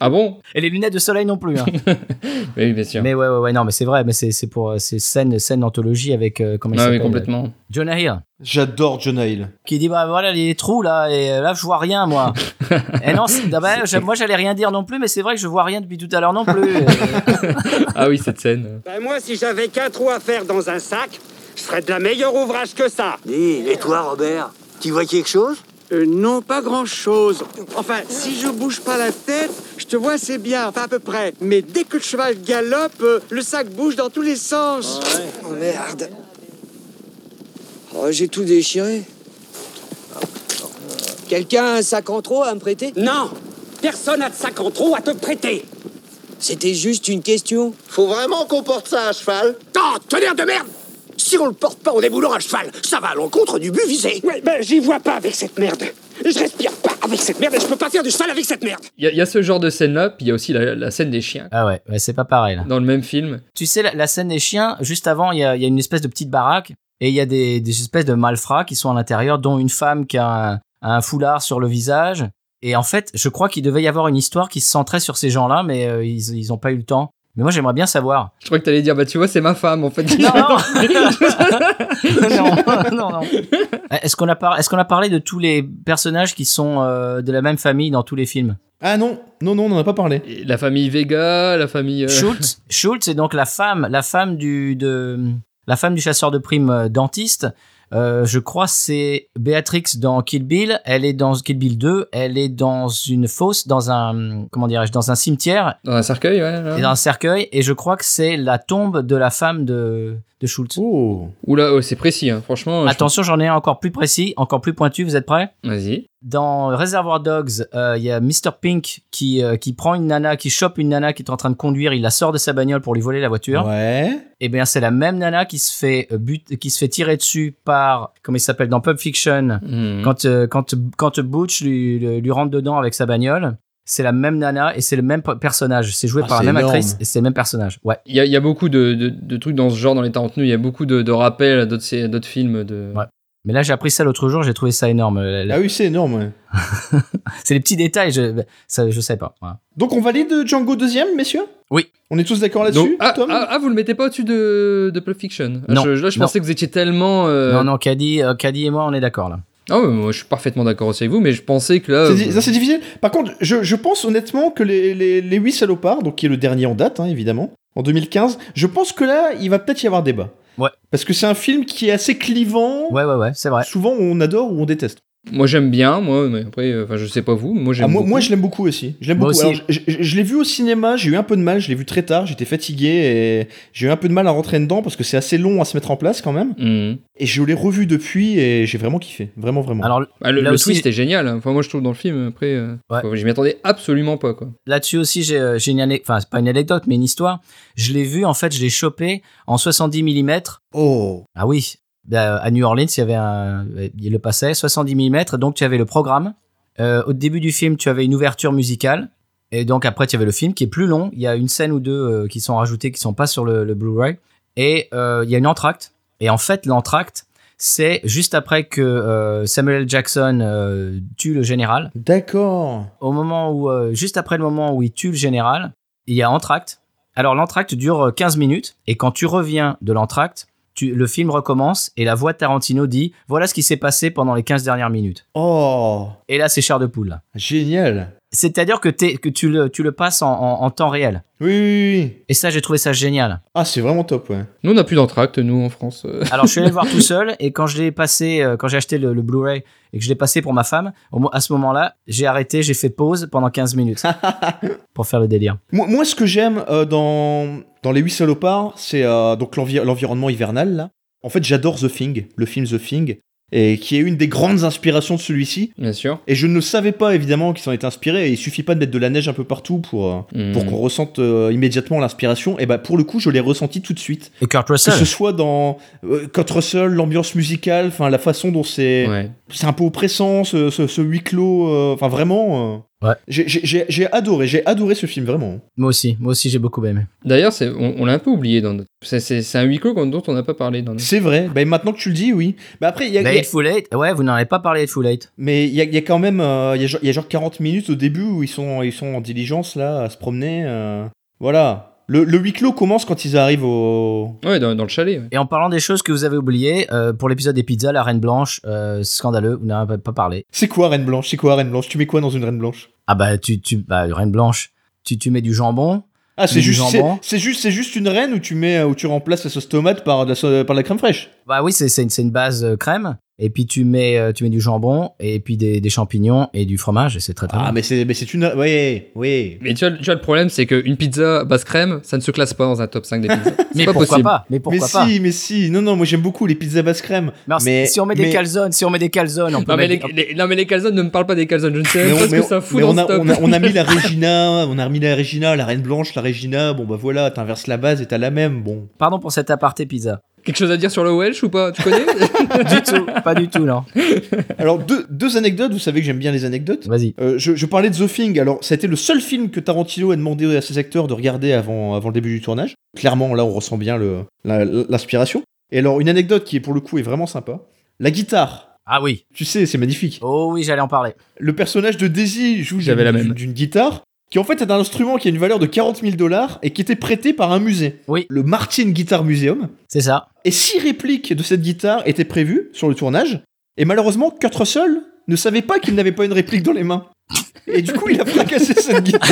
Ah bon
Et les lunettes de soleil
<laughs>
non plus. hein.
Oui, bien sûr.
mais ouais, ouais, ouais, non, mais c'est vrai. Mais c'est c'est pour euh, ces scènes, scènes d'anthologie avec euh, comment il
Ah oui,
s'appelle,
complètement.
euh, Jonah Hill.
J'adore Jonah Hill.
qui dit bah voilà les trous là et euh, là je vois rien moi et non c'est- ah, bah, je- moi j'allais rien dire non plus mais c'est vrai que je vois rien depuis tout à l'heure non plus Euh,
Ah oui, cette scène.
Ben moi, si j'avais qu'un trou à faire dans un sac, je ferais de la meilleure ouvrage que ça.
Et toi, Robert, tu vois quelque chose
Euh, non, pas grand-chose. Enfin, si je bouge pas la tête,
Je te vois, c'est bien, enfin à peu près. Mais dès que le cheval galope, euh, le sac bouge dans tous les sens.
Oh merde. Oh, j'ai tout déchiré. Quelqu'un a un sac en trop à me prêter
Non Personne n'a de sac en trop à te prêter
C'était juste une question.
Faut vraiment qu'on porte ça à cheval
Oh, tonnerre de merde Si on le porte pas, on est boulot à cheval Ça va à l'encontre du but visé
Ouais, ben j'y vois pas avec cette merde. Je respire pas avec cette merde et je peux pas faire du cheval avec cette merde.
Il y, a- il y a ce genre de scène-là, puis il y a aussi la, la scène des chiens
Ah ouais, ouais, c'est pas pareil là.
dans le même film.
Tu sais, la, la scène des chiens, juste avant, il y a, il y a une espèce de petite baraque et il y a des, des espèces de malfrats qui sont à l'intérieur, dont une femme qui a un, un foulard sur le visage. Et en fait, je crois qu'il devait y avoir une histoire qui se centrait sur ces gens-là, mais euh, ils, ils ont pas eu le temps. Mais moi, j'aimerais bien savoir.
Je crois que t'allais dire, bah tu vois, c'est ma femme en fait.
Non, non, <laughs> non, non, non. Euh, Est-ce qu'on a, par- est-ce qu'on a parlé de tous les personnages qui sont euh, de la même famille dans tous les films
Ah non, non, non, on n'en a pas parlé.
<laughs> Et la famille Vega, la famille. euh,
Schultz, Schultz est donc la femme, la femme du, de, la femme du chasseur de primes euh, dentiste. Euh, je crois c'est Béatrix dans Kill Bill. Elle est dans Kill Bill 2. Elle est dans une fosse, dans un comment dirais-je, dans un cimetière
Dans un cercueil, ouais. là.
et dans un cercueil. Et je crois que c'est la tombe de la femme de, de Schultz.
Oh.
Oula, oh, c'est précis, hein. franchement. je-
Attention, j'en ai un encore plus précis, encore plus pointu. Vous êtes prêts
Vas-y.
Dans Reservoir Dogs, euh, il y a Mr Pink qui euh, qui prend une nana, qui chope une nana qui est en train de conduire. Il la sort de sa bagnole pour lui voler la voiture.
Ouais.
Eh bien, c'est la même nana qui se fait euh, but, qui se fait tirer dessus par comment il s'appelle dans Pulp
Mhm.
Fiction
Hmm.
quand euh, quand quand Butch lui, lui, lui rentre dedans avec sa bagnole. C'est la même nana et c'est le même p- personnage. C'est joué
Ah,
par la
c'est
même
énorme.
actrice et c'est le même personnage. Ouais.
Il y, a- il y a beaucoup de, de- de trucs dans ce genre dans les Tarantino. Il y a beaucoup de, de rappels à d'autres sé- d'autres films. De...
Ouais. Mais là, j'ai appris ça l'autre jour. J'ai trouvé ça énorme. La- la-
Ah oui, c'est énorme. ouais.
C'est les petits détails. Je ça, je sais pas. Ouais.
Donc on valide Django deuxième, messieurs
Oui.
On est tous d'accord
Donc,
là-dessus,
ah,
Tom
ah, ah, vous le mettez pas au-dessus de, de Pulp Fiction Ah,
Non.
Je, là, je
Non.
pensais que vous étiez tellement. euh,
Non, non, Caddy, euh, Caddy et moi, on est d'accord là.
Ah ouais, moi, je suis parfaitement d'accord aussi avec vous, mais je pensais que là.
C'est
euh,
di- ça, c'est difficile. Par contre, je, je pense honnêtement que les, les, les 8 salopards, donc qui est le dernier en date, hein, évidemment, en 2015, je pense que là, il va peut-être y avoir débat.
Ouais.
Parce que c'est un film qui est assez clivant.
Ouais, ouais, ouais, c'est vrai.
Souvent, on adore ou on déteste.
Moi, j'aime bien, moi, mais après, euh, enfin, je sais pas vous, mais moi, j'aime.
Ah, moi,
beaucoup.
moi, je l'aime beaucoup aussi. Je l'aime
Moi
beaucoup.
aussi.
Alors, je je- je l'ai vu au cinéma, j'ai eu un peu de mal, je l'ai vu très tard, j'étais fatigué et j'ai eu un peu de mal à rentrer dedans parce que c'est assez long à se mettre en place quand même.
Hmm.
Et je l'ai revu depuis et j'ai vraiment kiffé. Vraiment, vraiment.
Alors
Ah, le
Là
le
aussi-
twist est génial. hein. Enfin, moi, je trouve dans le film, après. euh,
Ouais.
enfin, je m'y attendais absolument pas, quoi.
Là-dessus aussi, j'ai euh, j'ai une anecdote, enfin, c'est pas une anecdote, mais une histoire. Je l'ai vu, en fait, je l'ai chopé en 70 mm.
oh,
Ah oui, Ben, euh, à New Orleans, il y avait un, il le passait, 70 mm, donc tu avais le programme. Euh, au début du film, tu avais une ouverture musicale. Et donc après, tu avais le film qui est plus long. Il y a une scène ou deux euh, qui sont rajoutées, qui sont pas sur le, le Blu-ray. Et euh, il y a une entracte. Et en fait, l'entracte, c'est juste après que euh, Samuel L. Jackson euh, tue le général
d'accord.
au moment où, euh, juste après le moment où il tue le général, il y a entracte. Alors l'entracte dure euh, 15 minutes et quand tu reviens de l'entracte, tu, le film recommence et la voix de Tarantino dit voilà ce qui s'est passé pendant les 15 dernières minutes.
Oh,
Et là c'est chair de poule. là.
génial.
C'est-à-dire que, t'es- que tu, le, tu le passes en, en- en temps réel.
Oui, oui, oui.
Et ça j'ai trouvé ça génial.
Ah, c'est vraiment top, ouais.
Nous, on n'a plus d'entracte, nous, en France. euh.
Alors je suis allé le voir tout seul et quand je l'ai passé, euh, quand j'ai acheté le, le Blu-ray et que je l'ai passé pour ma femme, au mo- à ce moment-là j'ai arrêté, j'ai fait pause pendant 15 minutes pour faire le délire.
Moi, moi, ce que j'aime euh, dans, dans Les Huit Salopards, c'est euh, donc l'envi- l'environnement hivernal, là. En fait, j'adore The Thing, le film The Thing, et qui est une des grandes inspirations de celui-ci.
<laughs> Bien sûr.
Et je ne savais pas, évidemment, qu'il s'en était inspiré, et il suffit pas de mettre de la neige un peu partout pour, euh,
Hmm.
pour qu'on ressente euh, immédiatement l'inspiration. Et bah, pour le coup, je l'ai ressenti tout de suite.
Et Kurt
Que
Russell.
<laughs> ce soit dans euh, Kurt Russell, l'ambiance musicale, enfin, la façon dont c'est
Ouais.
c'est un peu oppressant ce, ce, ce huis clos euh, enfin vraiment euh,
Ouais. Mm.
j'ai- j'ai j'ai- j'ai adoré j'ai adoré ce film vraiment
Moi aussi, moi aussi j'ai beaucoup aimé.
D'ailleurs, c'est- on, on l'a un peu oublié dans notre. C'est c'est- c'est un huis clos qu'on- dont on n'a pas parlé dans notre.
c'est vrai bah, maintenant que tu le dis oui mais après il y a, il y a-
Mais Full Eight, ouais, vous n'en avez pas parlé de Full Eight.
mais il y a, il y a quand même euh, il y, a genre- il y a genre 40 minutes au début où ils sont ils sont en diligence là à se promener euh, voilà le, le huis clos commence quand ils arrivent au
Ouais, dans, dans le chalet. ouais.
Et en parlant des choses que vous avez oubliées, euh, pour l'épisode des pizzas, la Reine Blanche, euh, scandaleux, vous n'en avez pas parlé.
c'est quoi Reine Blanche c'est quoi Reine Blanche tu mets quoi dans une Reine Blanche
Ah bah, tu, tu, bah, Reine Blanche, tu, tu mets du jambon.
ah
Du
c'est juste c'est
jambon.
c'est juste c'est juste une reine où tu mets où tu remplaces la sauce tomate par de la, so- par de la crème fraîche
Bah oui, c'est c'est une, c'est une base euh, crème. et puis tu mets, tu mets du jambon, et puis des, des champignons et du fromage, et c'est très très
Ah,
bon.
mais c'est, mais c'est une. Oui, oui.
Mais tu vois, tu vois, le problème, c'est qu'une pizza basse crème, ça ne se classe pas dans un top 5
<laughs>
des pizzas. C'est
Mais
pas
pourquoi
possible.
pas Mais pourquoi pas
si, mais si. Non, non, moi j'aime beaucoup les pizzas basse crème.
Non, si-
mais,
si on met des
mais-
calzones, si on met des calzones, on peut
Non mais, les,
mettre-
les- non mais les calzones ne me parlent pas des calzones, je ne sais
mais
même pas
on,
ce
mais
que
on-
ça fout
mais
dans
on
ce
a,
top.
on, a, on a mis
<laughs>
la Regina, on a remis la Regina, la Reine Blanche, la Regina. Bon bah voilà, t'inverses la base et t'as la même. Bon.
euh, Pardon pour cet aparté pizza.
Quelque chose à dire sur le Welsh ou pas Tu connais
du tout, pas du tout, non.
Alors deux, deux anecdotes. Vous savez que j'aime bien les anecdotes.
Vas-y.
Euh, je, je parlais de The Thing. Alors, ça a été le seul film que Tarantino a demandé à ses acteurs de regarder avant, avant le début du tournage. Clairement, là, on ressent bien le- la- l'inspiration. Et alors, une anecdote qui, pour le coup, est vraiment sympa. La guitare.
Ah oui.
Tu sais, c'est magnifique.
Oh oui, j'allais en parler.
Le personnage de Daisy joue
J'avais la
d'une-
même.
d'une guitare qui, en fait, est un instrument qui a une valeur de 40 000 dollars et qui était prêté par un musée.
Oui.
Le Martin Guitar Museum.
C'est ça.
Et six répliques de cette guitare étaient prévues sur le tournage. Et malheureusement, Kurt Russell ne savait pas qu'il n'avait pas une réplique dans les mains. Et du coup, il a fracassé cette guitare.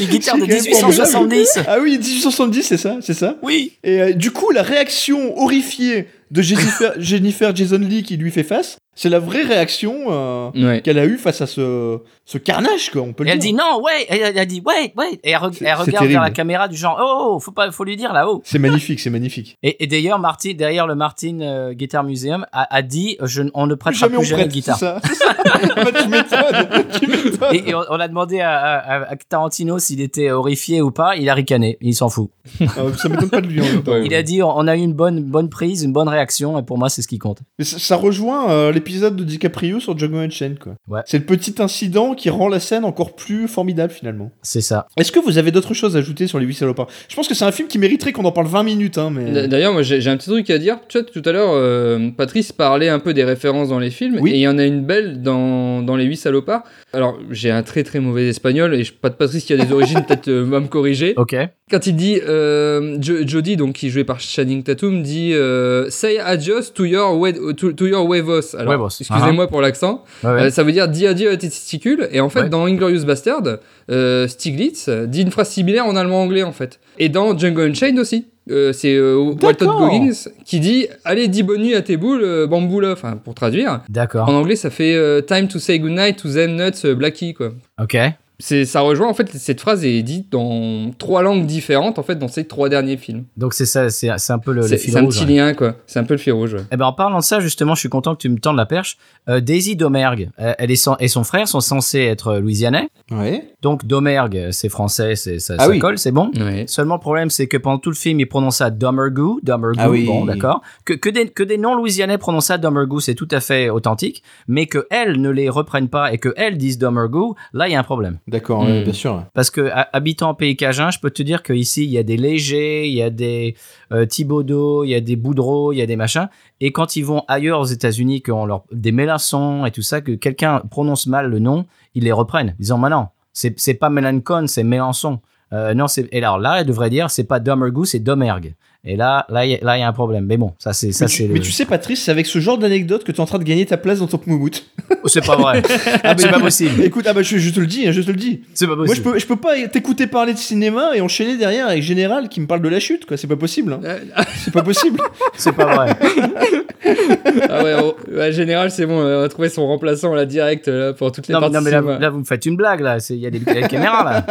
Une guitare de
C'est quand même
1870.
Ah oui, 1870, c'est ça, c'est ça.
Oui.
Et euh, du coup, la réaction horrifiée de Jennifer, Jennifer Jason Lee qui lui fait face, c'est la vraie réaction euh,
<laughs> Ouais.
qu'elle a eue face à ce, ce carnage, quoi, on peut
Et
le
elle
dire.
dit non, ouais. Et Elle, elle dit ouais, ouais. Et elle, re-
C'est-
elle
c'est
regarde vers la
terrible.
caméra du genre oh, faut pas, faut lui dire là-haut.
C'est magnifique, c'est magnifique.
Et, et d'ailleurs, Marty, derrière le Martin euh, Guitar Museum a, a dit je, n- on ne
Plus
prêtera
jamais
plus
on
jamais de
prête, c'est
guitare.
ça. c'est ça. <laughs> Bah, tu m'étonnes, tu m'étonnes.
Et, et on, on a demandé à, à- à Tarantino s'il était horrifié ou pas. Il a ricané. Il s'en fout.
Ah, Ça m'étonne pas de lui en même temps.
Ouais,
Il a dit on on a eu une bonne, bonne prise, une bonne réaction. Et pour moi, c'est ce qui compte.
Mais ça, ça rejoint euh, l'épisode de DiCaprio sur Django Unchained, quoi.
Ouais.
C'est le petit incident qui rend la scène encore plus formidable, finalement.
C'est ça.
Est-ce que vous avez d'autres choses à ajouter sur Les 8 salopards Je pense que c'est un film qui mériterait qu'on en parle 20 minutes, hein, mais...
D'ailleurs, moi j'ai j'ai un petit truc à dire. Tu vois, tout à l'heure, euh, Patrice parlait un peu des références dans les films,
Oui.
et il y en a une belle dans, dans Les 8 salopards. Alors, j'ai un très très mauvais espagnol, et je, pas de Patrice qui a des origines, peut-être euh, va me corriger.
Ok.
Quand il dit, euh, Jo- Jody, donc qui est joué par Channing Tatum, dit euh, Say adios to your, we- to, to your huevos. Alors,
Huevos.
excusez-moi pour l'accent.
Ouais, ouais.
Euh, ça veut dire dis adieu à tes testicules. Et en fait,
Ouais.
dans Inglorious Bastard, euh, Stiglitz euh, dit une phrase similaire en allemand-anglais, en fait. Et dans Django Unchained aussi. Euh, c'est euh, Walton
D'accord.
Goggins qui dit Allez, dis bonne nuit à tes boules, euh, bamboula. Enfin, pour traduire.
D'accord.
En anglais, ça fait euh, Time to say goodnight to them nuts, euh, Blackie, quoi.
Ok.
C'est, ça rejoint en fait cette phrase est dite dans trois langues différentes en fait dans ces trois derniers films.
Donc c'est ça, c'est c'est un peu le, Euh, le
c'est,
fil
c'est un
rouge,
petit
ouais.
lien quoi. C'est un peu le fil rouge. ouais.
Eh ben en parlant de ça justement, je suis content que tu me tendes la perche. Euh, Daisy Domergue, euh, elle est sans- et son frère sont censés être euh, louisianais.
Ouais.
Donc Domergue, euh, c'est français, c'est ça,
Ah
ça
oui.
colle, c'est bon.
Ouais.
Seulement le problème, c'est que pendant tout le film, il prononce ça Domergue, Domergue,
Ah oui.
bon d'accord. Que, que des que des non louisianais prononcent ça Domergue, c'est tout à fait authentique, mais que elles ne les reprennent pas et que elles disent Domergue, là il y a un problème.
D'accord,
Hmm.
ouais, bien sûr.
Parce que ha- habitant en pays cajun, je peux te dire qu'ici, il y a des Légers, il y a des euh, Thibaudot, il y a des Boudreau, il y a des machins. Et quand ils vont ailleurs aux États-Unis, qu'on leur des Mélassons et tout ça, que quelqu'un prononce mal le nom, ils les reprennent, disant "Mais non, c'est c'est pas Mélancon, c'est Mélenchon." Euh, non, c'est et alors là, elle devrait dire "C'est pas Domergue, c'est Domergue." Et là, là, il y a- là, il y a un problème. Mais bon, ça c'est ça
mais, tu,
c'est le-
mais tu sais, Patrice, c'est avec ce genre d'anecdote que t'es en train de gagner ta place dans ton moumoute.
Oh, <laughs> c'est pas vrai. c'est pas
<laughs>
possible.
Écoute, ah bah je, je te le dis, hein, je te le dis.
C'est pas possible.
Moi, je peux, je peux pas t'écouter parler de cinéma et enchaîner derrière avec Général qui me parle de la chute, quoi. C'est pas possible. hein.
Euh,
C'est pas
<laughs>
possible.
C'est pas vrai.
<laughs>
ah ouais, en, ouais, général c'est bon, euh, on a trouvé son remplaçant là direct euh, là, pour toutes les
Non, mais-
parties.
non, mais là, vous-
cinéma.
là, vous me faites une blague là. C'est- Il y a des, il y a des caméras là.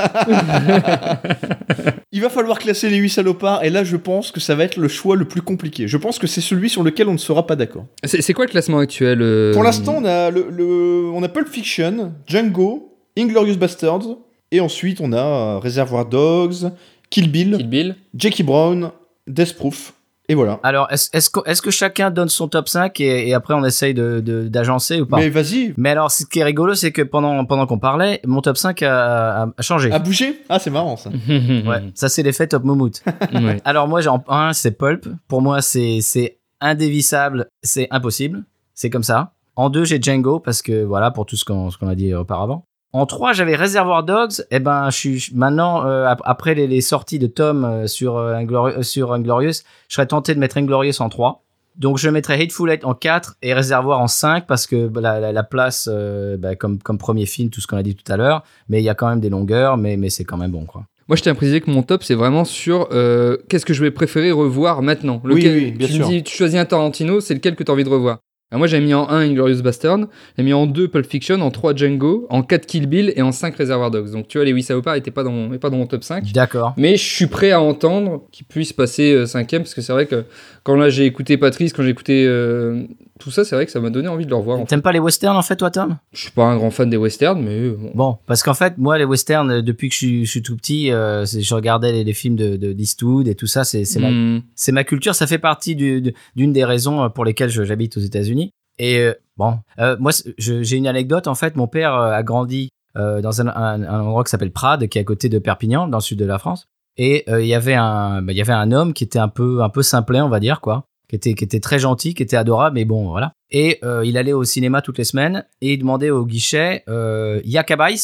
Il va falloir classer les 8 salopards, et là je pense que ça va être le choix le plus compliqué. Je pense que c'est celui sur lequel on ne sera pas d'accord.
C'est, c'est quoi le classement actuel euh,
Pour l'instant, on a, le, le- on a Pulp Fiction, Django, Inglorious Bastards, et ensuite on a euh, Reservoir Dogs, Kill Bill,
Kill Bill.
Jackie Brown, Death Proof, et voilà.
Alors, est-ce est-ce que, est-ce que chacun donne son top 5 et, et après on essaye d'agencer de, d'agencer
Bah.
ou pas
Mais
mais...
vas-y,
alors, ce qui est rigolo, c'est que pendant, pendant qu'on parlait, mon top 5 a, a- a changé.
à bouger Ah, c'est marrant ça. <laughs>
Mhm.
Ouais, ça, c'est l'effet Top Moumout.
Ouais.
alors, moi, j'ai en un, c'est Pulp. Pour moi, c'est c'est indévissable, c'est impossible. C'est comme ça. En deux, j'ai Django parce que voilà, pour tout ce qu'on ce qu'on a dit auparavant. En trois, j'avais Reservoir Dogs. Et ben, je suis je- maintenant euh, ap- après les, les sorties de Tom euh, sur euh, Inglori- euh, sur Inglorious, je serais tenté de mettre Inglorious en 3. Donc je mettrais Hateful Eight en 4 et Réservoir en 5 parce que bah, la, la- la place, euh, bah, comme, comme premier film, tout ce qu'on a dit tout à l'heure, mais il y a quand même des longueurs, mais, mais c'est quand même bon. Quoi.
Moi je tiens à préciser que mon top c'est vraiment sur euh, qu'est-ce que je vais préférer revoir maintenant.
Oui,
Lequel,
oui, bien
tu me
sûr.
dis, tu choisis un Tarantino, c'est lequel que tu as envie de revoir. Alors moi, j'avais mis en 1 Inglorious Bastard, j'ai mis en 2 Pulp Fiction, en 3 Django, en 4 Kill Bill et en 5 Reservoir Dogs. Donc tu vois, les Wissaopa n'étaient pas, dans mon- pas dans mon top 5.
D'accord.
Mais je suis prêt à entendre qu'il puisse passer 5ème, parce que c'est vrai que quand là j'ai écouté Patrice, quand j'ai écouté euh, tout ça, c'est vrai que ça m'a donné envie de le revoir. en fait.
T'aimes pas les westerns en fait, toi, Tom
Je suis pas un grand fan des westerns, mais euh, bon.
Bon, parce qu'en fait, moi, les westerns, euh, depuis que je suis, je suis tout petit, euh, c'est- je regardais les, les films de, de d'Eastwood et tout ça. C'est c'est ma,
Hmm.
c'est ma culture. Ça fait partie du- de- d'une des raisons euh, pour lesquelles je- j'habite aux États-Unis. Et euh, bon, euh, moi, c'est- je- j'ai une anecdote. En fait, mon père euh, a grandi euh, dans un, un- un endroit qui s'appelle Prades, qui est à côté de Perpignan, dans le sud de la France. Et euh, il y avait un, bah, il y avait un homme qui était un peu, un peu simplet, on va dire quoi, qui était, qui était très gentil, qui était adorable, mais bon, voilà. Et euh, il allait au cinéma toutes les semaines et il demandait au guichet euh, Yakabais,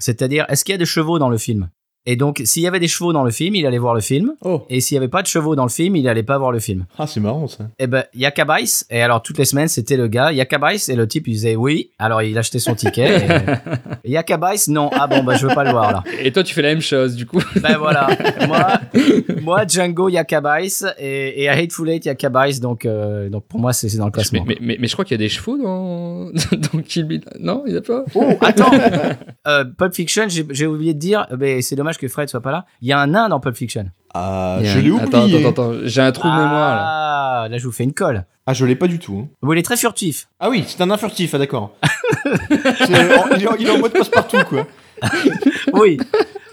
c'est-à-dire est-ce qu'il y a des chevaux dans le film Et donc, s'il y avait des chevaux dans le film, il allait voir le film.
Oh.
Et s'il y avait pas de chevaux dans le film, il allait pas voir le film.
Ah, c'est marrant ça.
Eh ben, Yakabais. Et alors, toutes les semaines, c'était le gars, Yakabais. Et le type, il disait oui. Alors, il achetait son ticket.
<laughs>
et- Yakabais, non. Ah bon, bah, je veux pas le voir, là.
Et toi, tu fais la même chose, du coup.
Ben voilà. moi, moi, Django, Yakabais. Et, et Hateful Eight, Yakabais. Donc, euh, donc pour moi, c'est c'est dans le
Mais,
classement.
mais, mais, mais je crois qu'il y a des chevaux dans, <laughs> dans Kill Bill. Non, il n'y a pas
Oh, attends. Euh, Pulp Fiction, j'ai j'ai oublié de dire, euh, mais c'est dommage que Fred soit pas là. Il y a un nain dans Pulp Fiction.
<laughs> Ah,
Il y a
je
un-
l'ai oublié.
Attends, attends, attends, j'ai un trou de mémoire, là.
Ah, là, je vous fais une colle.
Ah, je l'ai pas du tout. hein.
Vous il est très furtif.
Ah oui, c'est un infurtif, ah <laughs> d'accord. C'est- il, est en- il est en mode passe-partout, quoi.
<laughs>
Oui.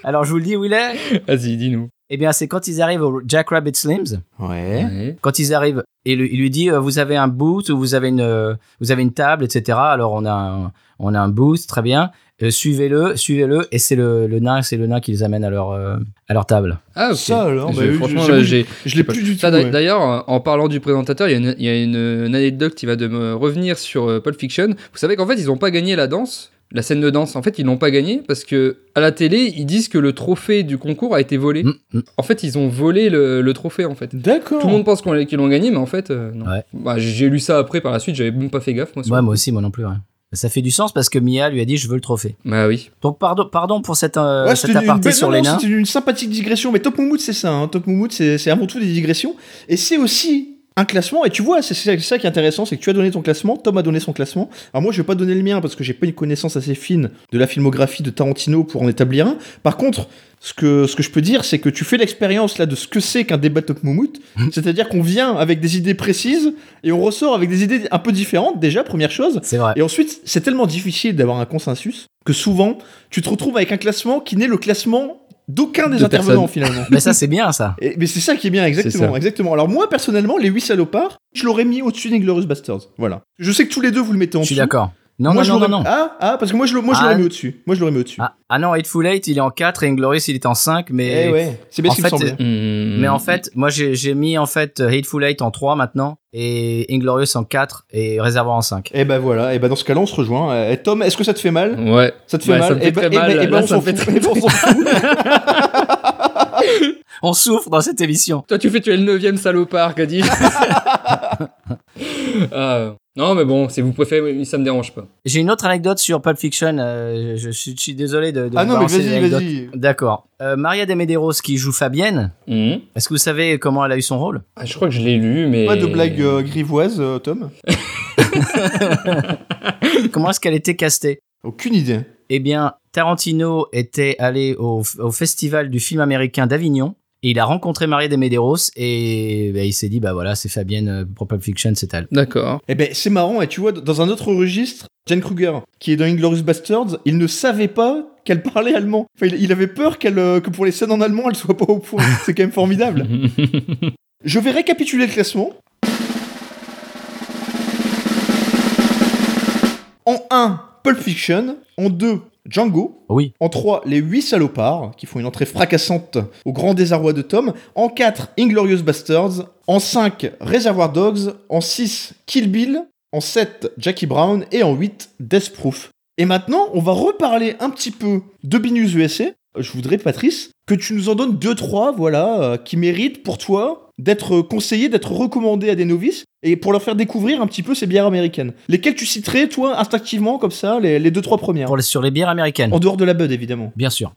Alors, je vous le dis où il est.
Vas-y, dis-nous.
Eh bien, c'est quand ils arrivent au Jack Rabbit Slims.
Ouais.
Quand ils arrivent, et le- il lui dit euh, vous avez un booth ou vous avez une euh, vous avez une table, etc. Alors on a un, on a un booth, très bien. Euh, suivez-le, suivez-le, et c'est le, le nain, c'est le nain qui les amène à leur euh, à leur table.
Ah, ok.
Ça, alors,
Je-
bah oui,
franchement,
j'ai-
là,
j'ai-
j'ai.
je l'ai plus du tout,
Ça, d'a-
ouais.
D'ailleurs, euh, en parlant du présentateur, il y a une, il y a une, une anecdote qui va de me revenir sur euh, Pulp Fiction. Vous savez qu'en fait, ils n'ont pas gagné la danse, la scène de danse. En fait, ils n'ont pas gagné parce que à la télé, ils disent que le trophée du concours a été volé.
Mm, mm.
En fait, ils ont volé le, le trophée, en fait.
D'accord.
Tout le monde pense qu'on l'a- qu'ils l'ont gagné, mais en fait, euh, non.
Ouais.
Bah, j'ai lu ça après par la suite, j'avais même pas fait gaffe, moi. sur-
Ouais, moi aussi, moi non plus. ouais. Ça fait du sens parce que Mia lui a dit je veux le trophée.
Bah oui.
Donc pardon, pardon pour cette, euh,
Ouais,
cet
c'était une,
aparté
belle-
sur
non,
les
non,
nains.
c'était une sympathique digression, mais Top Moumout, c'est ça. hein. Top Moumout, c'est c'est avant tout des digressions. Et c'est aussi un classement. Et tu vois, c'est c'est ça qui est intéressant c'est que tu as donné ton classement, Tom a donné son classement. Alors moi, je vais pas donner le mien parce que j'ai pas une connaissance assez fine de la filmographie de Tarantino pour en établir un. Par contre, ce que, ce que je peux dire, c'est que tu fais l'expérience là de ce que c'est qu'un débat Top Moumout. C'est-à-dire qu'on vient avec des idées précises et on ressort avec des idées un peu différentes, déjà, première chose.
C'est vrai.
Et ensuite, c'est tellement difficile d'avoir un consensus que souvent, tu te retrouves avec un classement qui n'est le classement d'aucun des
De
intervenants finalement.
Mais ça c'est bien ça.
Et- mais c'est ça qui est bien,
C'est
exactement,
ça.
exactement. Alors moi, personnellement, les 8 salopards, je l'aurais mis au-dessus d'Inglorious Bastards. Voilà. Je sais que tous les deux, vous le mettez en
Je
dessous.
suis d'accord. Non,
Moi,
non,
je
non, non,
l'aurais-
non.
Ah, ah, parce que moi, je, le- moi, je
Ah.
l'aurais mis au-dessus. Moi, je l'aurais mis au-dessus.
Ah, ah non, Hateful Eight, il est en 4 et Inglorious, il est en 5, mais
Eh ouais, c'est bien
en
ce qui me
fait,
semblait.
Hmm.
Mais en fait, moi j'ai j'ai mis en fait Hateful Eight en 3 maintenant et Inglorious en 4 et Réservoir en 5.
Et ben voilà, et ben dans ce cas-là, on se rejoint. Euh, Tom, est-ce que ça te fait mal
Ouais.
Ça te fait
Ouais,
mal
ça me fait
Eh ben-
très
eh ben-
mal.
eh ben,
Là,
on
ça
s'en
me fait
fout. <laughs>
très-
Eh ben, on s'en fout.
On souffre dans cette émission.
Toi, tu fais tuer le neuvième salopard, qu'a
<laughs>
dit. Ah, non, mais bon, si vous préférez, ça me dérange pas.
J'ai une autre anecdote sur Pulp Fiction. euh, je, suis, je suis désolé de, de
Ah
vous
non, mais
balancer des
vas-y,
anecdotes.
vas-y.
D'accord. Euh, Maria de Medeiros qui joue Fabienne.
Mhm.
Est-ce que vous savez comment elle a eu son rôle
Ah, je crois que je l'ai lu, mais.
Pas de blague euh, grivoise, euh, Tom
Comment est-ce qu'elle était castée
Aucune idée.
Eh bien, Tarantino était allé au, au festival du film américain d'Avignon. Et il a rencontré Maria de Medeiros et bah, il s'est dit bah voilà c'est Fabienne euh, pour Pulp Fiction c'est elle.
<laughs> D'accord.
Eh ben, c'est marrant, et tu vois, dans un autre registre, Jan Kruger, qui est dans Inglorious Bastards, il ne savait pas qu'elle parlait allemand. Enfin, il, il avait peur qu'elle, euh, que pour les scènes en allemand, elle soit pas au point. C'est quand même formidable. Je vais récapituler le classement. En 1, Pulp Fiction. En 2, Django.
Oui.
En 3, les 8 salopards, qui font une entrée fracassante au grand désarroi de Tom. En 4, Inglorious Bastards. En 5, Reservoir Dogs. En 6, Kill Bill. En 7, Jackie Brown. Et en 8, Death Proof. Et maintenant, on va reparler un petit peu de Binus USA. Je voudrais, Patrice, que tu nous en donnes 2-3, voilà, euh, qui méritent pour toi d'être conseillés, d'être recommandés à des novices. et pour leur faire découvrir un petit peu ces bières américaines. Lesquelles tu citerais, toi, instinctivement, comme ça, les, les deux, trois premières
Pour les- sur les bières américaines.
En dehors de la Bud, évidemment. <laughs>
Bien sûr.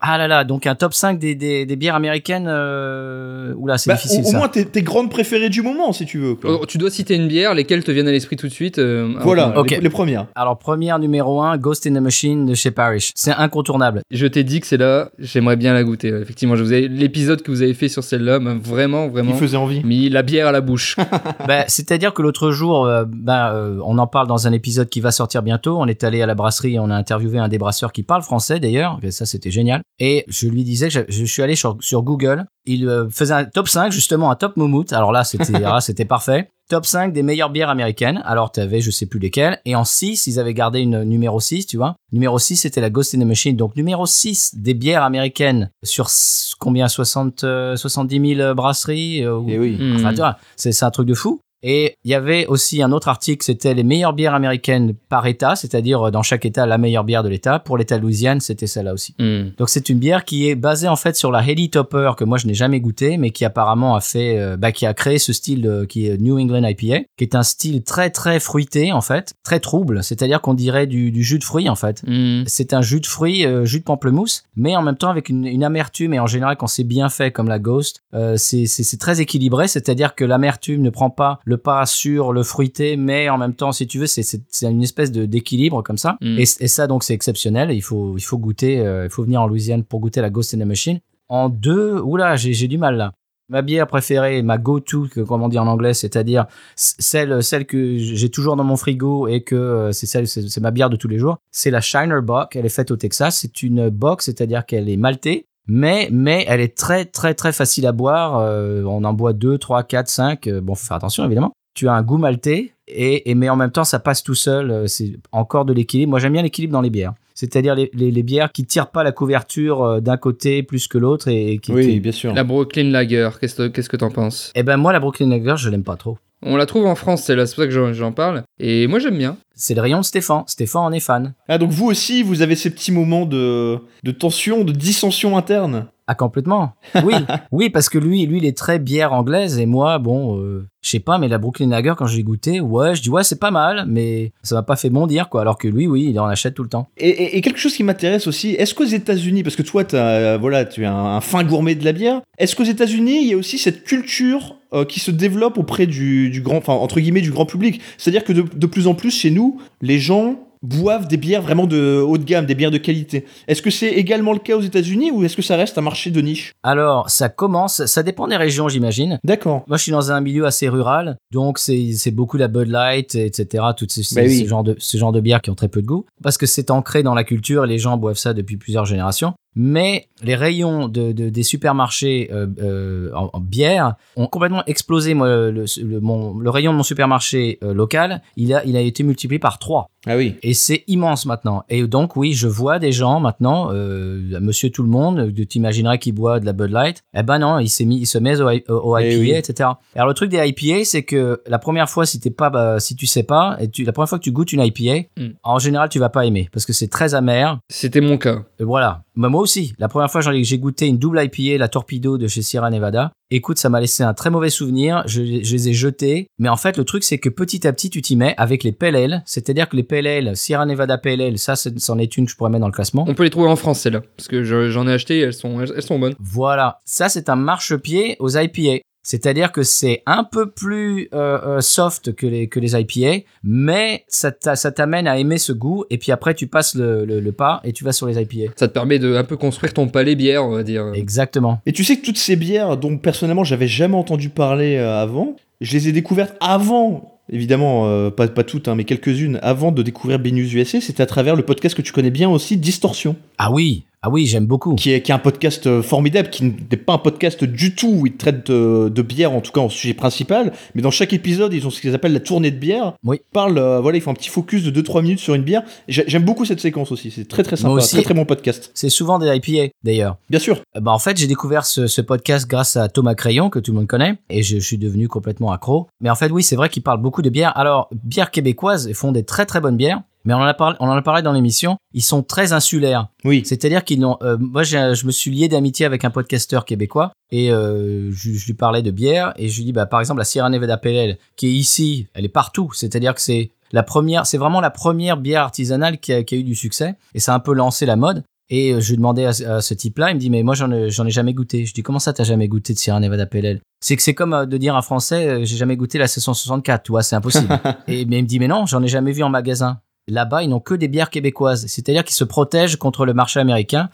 ah là là, donc un top 5 des, des, des bières américaines. euh, Oula, c'est
Bah,
difficile
au, au
ça.
moins tes, tes grandes préférées du moment, si tu veux. quoi.
Oh, tu dois citer une bière, lesquelles te viennent à l'esprit tout de suite euh, avant
Voilà,
qu'on-
les- les, premières.
Alors, première numéro 1, Ghost in the Machine de chez Parrish. C'est incontournable.
Je t'ai dit que c'est là, j'aimerais bien la goûter. ouais. Effectivement, je vous ai- l'épisode que vous avez fait sur celle-là m'a vraiment, vraiment
Il faisait envie.
mis la bière à
<laughs>
la bouche.
<laughs> Bah, C'est-à-dire que l'autre jour, euh, bah, euh, on en parle dans un épisode qui va sortir bientôt. On est allé à la brasserie et on a interviewé un des brasseurs qui parle français d'ailleurs. Et Ça, c'était génial. Et je lui disais que je, je suis allé sur, sur Google. Il euh, faisait un top 5, justement, un top moumoute. Alors là, c'était
<laughs>
ah, c'était parfait. Top 5 des meilleures bières américaines. Alors, tu avais, je sais plus lesquelles. Et en 6, ils avaient gardé une numéro 6, tu vois. Numéro 6, c'était la Ghost in the Machine. Donc, numéro 6 des bières américaines sur s- combien 60, euh, 70 000 brasseries euh, ou-
Et Eh oui.
Hmm.
Enfin, tu vois, c'est c'est un truc de fou. Et il y avait aussi un autre article, c'était les meilleures bières américaines par État, c'est-à-dire euh, dans chaque État la meilleure bière de l'État. Pour l'État de Louisiane, c'était celle-là aussi.
Hmm.
Donc c'est une bière qui est basée en fait sur la Haley Topper que moi je n'ai jamais goûtée, mais qui apparemment a fait, euh, bah, qui a créé ce style euh, qui est New England IPA, qui est un style très très fruité en fait, très trouble, c'est-à-dire qu'on dirait du, du jus de fruits en fait.
Hmm.
C'est un jus de fruits, euh, jus de pamplemousse, mais en même temps avec une, une amertume. Et en général, quand c'est bien fait, comme la Ghost, euh, c'est- c'est c'est très équilibré. C'est-à-dire que l'amertume ne prend pas le pas sur le fruité, mais en même temps, si tu veux, c'est- c'est c'est une espèce de- d'équilibre comme ça.
Mm.
Et, et ça, donc, c'est exceptionnel. Il faut, il faut goûter, euh, il faut venir en Louisiane pour goûter la Ghost in the Machine. En deux, oula, j'ai j'ai du mal là. Ma bière préférée, ma go-to, que- comme on dit en anglais, c'est-à-dire c- celle, celle que j'ai toujours dans mon frigo et que euh, c'est celle, c'est c'est ma bière de tous les jours, c'est la Shiner Bock. Elle est faite au Texas. C'est une bock, c'est-à-dire qu'elle est maltée, mais, mais elle est très, très, très facile à boire. Euh, on en boit 2, 3, 4, 5. Euh, Bon, faut faire attention, évidemment. Tu as un goût maltais, et, et- mais en même temps, ça passe tout seul. Euh, C'est encore de l'équilibre. Moi, j'aime bien l'équilibre dans les bières. C'est-à-dire les, les- les bières qui tirent pas la couverture euh, d'un côté plus que l'autre et, et qui,
Oui,
qui-
bien sûr.
La Brooklyn Lager, qu'est-ce que- qu'est-ce que t'en penses
eh ben moi, la Brooklyn Lager, je l'aime pas trop.
On la trouve en France, celle-là, c'est pour ça que j'en- j'en parle. Et moi j'aime bien.
C'est le rayon de Stéphane. Stéphane en est fan.
Ah, donc vous aussi, vous avez ces petits moments de, de tension, de dissension interne.
Ah, complètement. Oui, oui, parce que lui, lui, il est très bière anglaise et moi, bon, euh, je sais pas, mais la Brooklyn Lager, quand j'ai goûté, ouais, je dis ouais, c'est pas mal, mais ça m'a pas fait bondir, quoi. Alors que lui, oui, il en achète tout le temps.
Et, et- et quelque chose qui m'intéresse aussi, est-ce qu'aux États-Unis, parce que toi, t'as, euh, voilà, tu es un, un fin gourmet de la bière, est-ce qu'aux États-Unis, il y a aussi cette culture euh, qui se développe auprès du, du grand, enfin entre guillemets, du grand public C'est-à-dire que de, de plus en plus chez nous, les gens boivent des bières vraiment de haut de gamme, des bières de qualité. Est-ce que c'est également le cas aux États-Unis ou est-ce que ça reste un marché de niche
Alors, ça commence, ça dépend des régions, j'imagine.
D'accord.
Moi, je suis dans un milieu assez rural, donc c'est c'est beaucoup la Bud Light, etc. Toutes ces, ces,
Bah oui.
ces genres de, ce genre de bières qui ont très peu de goût, parce que c'est ancré dans la culture, les gens boivent ça depuis plusieurs générations. Mais les rayons de, de- des supermarchés euh, euh, en, en bière ont complètement explosé. Moi, le, le- mon- le rayon de mon supermarché euh, local, il a, il a été multiplié par 3.
Ah oui.
Et c'est immense maintenant. Et donc, oui, je vois des gens maintenant, euh, monsieur tout le monde, tu t'imaginerais qu'il boit de la Bud Light. Eh ben non, il, s'est mis, il se met au, au- au
Eh
IPA,
oui.
etc. Alors, le truc des IPA, c'est que la première fois, si, t'es pas, bah, si tu sais pas, et tu, la première fois que tu goûtes une IPA,
Mm.
en général, tu vas pas aimer parce que c'est très amer.
C'était mon cas.
Et voilà. Bah, moi aussi, la première fois j'en ai- j'ai goûté une double IPA, la Torpedo de chez Sierra Nevada. Écoute, ça m'a laissé un très mauvais souvenir. Je, je les ai jetés. Mais en fait, le truc, c'est que petit à petit, tu t'y mets avec les PLL. C'est-à-dire que les PLL, Sierra Nevada PLL, ça, c'est- c'en est une que je pourrais mettre dans le classement.
On peut les trouver en France, celle-là. Parce que je- j'en ai acheté, elles sont, elles, elles sont bonnes.
Voilà. Ça, c'est un marchepied aux IPA. C'est-à-dire que c'est un peu plus euh, euh, soft que les, que les IPA, mais ça t'a- ça t'amène à aimer ce goût. Et puis après, tu passes le, le- le pas et tu vas sur les IPA.
Ça te permet de un peu construire ton palais bière, on va dire.
Exactement.
Et tu sais que toutes ces bières dont personnellement j'avais jamais entendu parler euh, avant, je les ai découvertes avant, évidemment, euh, pas, pas toutes, hein, mais quelques-unes, avant de découvrir Binus USA, c'était à travers le podcast que tu connais bien aussi, Distorsion,
Ah oui, ah oui, j'aime beaucoup.
qui est, qui est un podcast euh, formidable, qui n'est pas un podcast du tout où ils traitent de, de bière, en tout cas en sujet principal, mais dans chaque épisode, ils ont ce qu'ils appellent la tournée de bière.
Oui.
Ils parlent, euh, voilà, ils font un petit focus de 2-3 minutes sur une bière. J'ai- J'aime beaucoup cette séquence aussi, c'est très très sympa,
Moi aussi.
très très bon podcast.
C'est souvent des IPA, d'ailleurs.
Bien sûr.
Euh, Bah, en fait, j'ai découvert ce, ce podcast grâce à Thomas Crayon, que tout le monde connaît, et je, je suis devenu complètement accro. Mais en fait, oui, c'est vrai qu'il parle beaucoup de bière. Alors, bières québécoises ils font des très très bonnes bières. mais on en a parlé, on en a parlé dans l'émission, ils sont très insulaires.
Oui.
C'est-à-dire qu'ils n'ont. euh, moi, j'ai- je me suis lié d'amitié avec un podcasteur québécois et euh, je, je lui parlais de bière et je lui dis, bah, par exemple, la Sierra Nevada Pale Ale, qui est ici, elle est partout. C'est-à-dire que c'est la première, c'est vraiment la première bière artisanale qui a, qui a eu du succès et ça a un peu lancé la mode. Et euh, je lui demandais à, ce- à ce type-là, il me dit, mais moi, j'en ai, j'en ai jamais goûté. Je dis, comment ça, t'as jamais goûté de Sierra Nevada Pale Ale C'est que c'est comme euh, de dire à un Français, euh, j'ai jamais goûté la 764, tu vois, c'est impossible. et mais il me dit, mais non, j'en ai jamais vu en magasin. Là-bas, ils n'ont que des bières québécoises. C'est-à-dire qu'ils se protègent contre le marché américain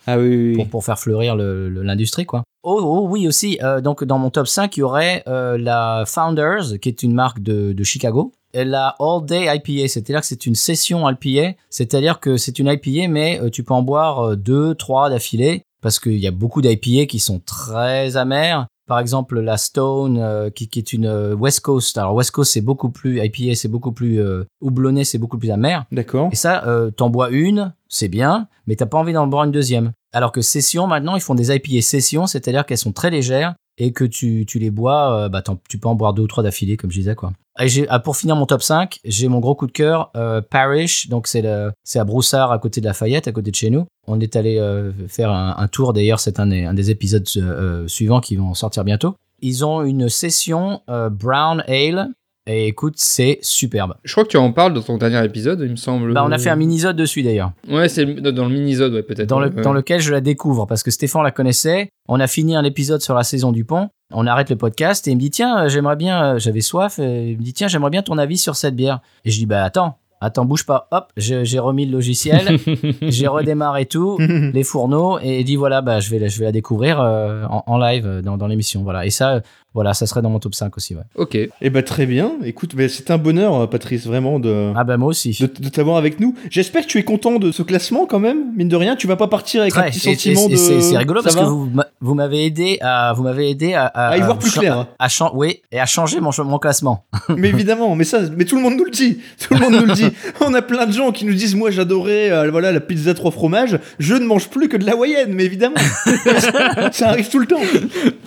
Pour, pour faire fleurir le- le- l'industrie, quoi. Oh, oh, oui aussi, euh, donc dans mon top 5, il y aurait euh, la Founders, qui est une marque de, de Chicago, et la All Day IPA, c'est-à-dire que c'est une session IPA, c'est-à-dire que c'est une IPA, mais euh, tu peux en boire 2, 3 d'affilée, parce qu'il y a beaucoup d'IPA qui sont très amères. Par exemple, la Stone, euh, qui, qui est une euh, West Coast. Alors, West Coast, c'est beaucoup plus IPA, c'est beaucoup plus euh, houblonné, c'est beaucoup plus amer.
D'accord.
Et ça, euh, t'en bois une, c'est bien, mais t'as pas envie d'en boire une deuxième. Alors que Session, maintenant, ils font des IPA Session, c'est-à-dire qu'elles sont très légères et que tu, tu les bois, euh, bah, t'en- tu peux en boire deux ou trois d'affilée, comme je disais, quoi. Et j'ai- ah, pour finir mon top 5, j'ai mon gros coup de cœur, euh, Parish, donc c'est le- c'est à Broussard, à côté de Lafayette, à côté de chez nous. On est allé euh, faire un, un tour, d'ailleurs, c'est un, des- un des épisodes euh, euh, suivants qui vont sortir bientôt. Ils ont une session euh, Brown Ale, et écoute, c'est superbe.
Je crois que tu en parles dans ton dernier épisode, il me semble.
Bah, on a fait un mini-zode dessus, d'ailleurs.
Ouais, c'est le- dans le mini-zode, ouais, peut-être.
dans, le-
Ouais.
dans lequel je la découvre parce que Stéphane la connaissait. On a fini un épisode sur la saison du pont. On arrête le podcast et il me dit tiens euh, j'aimerais bien euh, j'avais soif et il me dit tiens j'aimerais bien ton avis sur cette bière et je dis bah attends attends bouge pas hop je- j'ai remis
<laughs>
le logiciel j'ai redémarré tout les fourneaux et il dit voilà bah je vais la- je vais la découvrir euh, en, en live euh, dans, dans l'émission voilà et ça euh, voilà ça serait dans mon top 5 aussi ouais.
Ok.
Eh ben très bien. Écoute, mais c'est un bonheur, euh, Patrice, vraiment de.
Ah bah moi aussi.
De, de t'avoir avec nous. J'espère que tu es content de ce classement quand même. Mine de rien, tu vas pas partir avec
Très.
un petit
Et- et-
sentiment
et
de.
c'est- C'est rigolo
Ça
parce que
va
vous, Ah, m'a- vous m'avez aidé à vous m'avez aidé à,
À y voir plus
cha-
clair. hein.
à chan- oui, et à changer mon, ch- mon classement.
Mais évidemment, mais ça, mais tout le monde nous le dit. Tout le monde nous le dit. On a plein de gens qui nous disent, moi j'adorais, euh, voilà, la pizza trois fromages. Je ne mange plus que de la hawaïenne, mais évidemment, ça arrive tout le temps.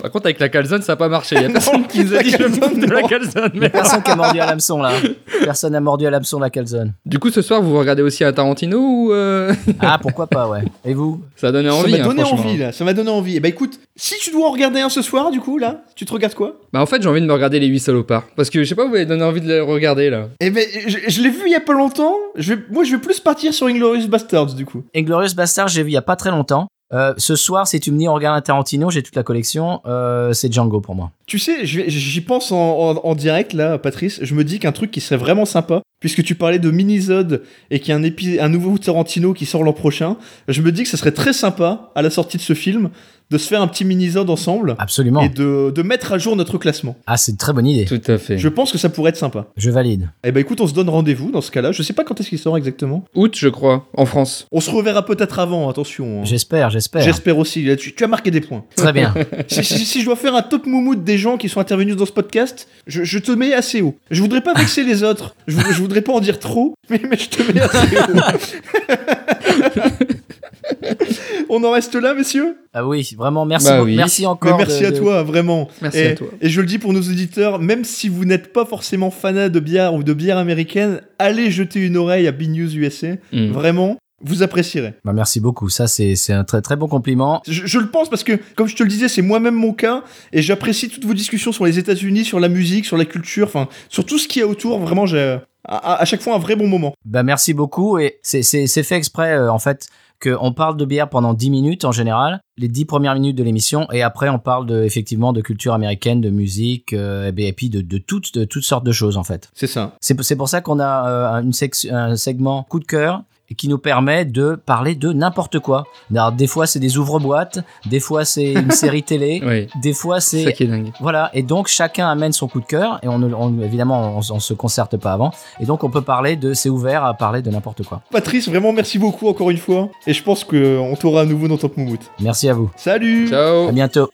Par contre, avec la calzone, ça n'a pas <laughs> marché. Il n'y a personne qui nous a dit je
calzone,
veux de la
non.
calzone.
Il y a
merde.
personne qui a mordu à l'hameçon là. Personne n'a mordu à l'hameçon la calzone.
Du coup, ce soir, vous regardez aussi un Tarantino ou. euh, <laughs>
Ah pourquoi pas ouais. Et vous
ça donnait envie.
ça m'a
hein,
donné
franchement.
envie, là. Ça m'a donné envie. Et bah écoute, si tu dois en regarder un ce soir, du coup, là, tu te regardes quoi
Bah, en fait, j'ai envie de me regarder Les 8 salopards. Parce que je sais pas, vous m'avez donné envie de les regarder là.
Eh ben, je, je l'ai vu il y a pas longtemps. Je vais- moi, je vais plus partir sur Inglorious Bastards, du coup.
Inglorious Bastard j'ai vu il y a pas très longtemps. Euh, ce soir si tu me dis on regarde un Tarantino j'ai toute la collection. euh, c'est Django pour moi.
Tu sais, je vais- j'y pense en, en- en direct, là, Patrice. Je me dis qu'un truc qui serait vraiment sympa, puisque tu parlais de Minisode et qu'il y a un, épi- un nouveau Tarantino qui sort l'an prochain, je me dis que ça serait très sympa, à la sortie de ce film, de se faire un petit Minisode ensemble
Absolument.
et de, de mettre à jour notre classement.
Ah c'est une très bonne idée.
Tout à fait.
Je pense que ça pourrait être sympa.
Je valide.
Eh ben écoute, on se donne rendez-vous dans ce cas-là. Je sais pas quand est-ce qu'il sort exactement.
Août, je crois, en France.
On se reverra peut-être avant, attention. hein.
J'espère j'espère.
J'espère aussi. Là, Tu, tu as marqué des points.
Très bien.
si, si- si je dois faire un top moumoute des gens qui sont intervenus dans ce podcast, je, je te mets assez haut. Je voudrais pas vexer les autres. Je, vou- je voudrais pas en dire trop, mais, mais je te mets assez haut.
<laughs>
On en reste là, messieurs
Ah oui vraiment merci
Bah
beaucoup.
oui.
merci
mais
encore.
merci
de-
à
de-
toi, vraiment.
Merci
et,
à toi.
Et je le dis pour nos auditeurs, même si vous n'êtes pas forcément fanat de bière ou de bière américaine, allez jeter une oreille à Big News USA.
Mm.
Vraiment, vous apprécierez.
Bah, merci beaucoup ça c'est c'est un très très bon compliment.
Je, je le pense parce que, comme je te le disais, c'est moi-même mon cas et j'apprécie toutes vos discussions sur les États-Unis, sur la musique, sur la culture, enfin, sur tout ce qu'il y a autour. Vraiment, j'ai euh, à, à- à chaque fois un vrai bon moment.
Bah, merci beaucoup. Et c'est- c'est c'est fait exprès, euh, en fait, qu'on parle de bière pendant 10 minutes en général, les 10 premières minutes de l'émission, et après, on parle de, effectivement de culture américaine, de musique, euh, et puis de, de, toutes, de toutes sortes de choses, en fait.
C'est ça.
C'est c'est pour ça qu'on a euh, une sec- un segment coup de cœur qui nous permet de parler de n'importe quoi. Alors, des fois, c'est des ouvre-boîtes, des fois, c'est une
<laughs>
série télé,
Oui.
des fois,
C'est ça
c'est
qui est dingue.
voilà, et donc chacun amène son coup de cœur, et on, ne- on- évidemment, on, on se concerte pas avant, et donc on peut parler de, c'est ouvert à parler de n'importe quoi.
Patrice, vraiment merci beaucoup encore une fois et je pense qu'on t'aura à nouveau dans Top Moumout.
Merci à vous.
Salut
Ciao.
À bientôt.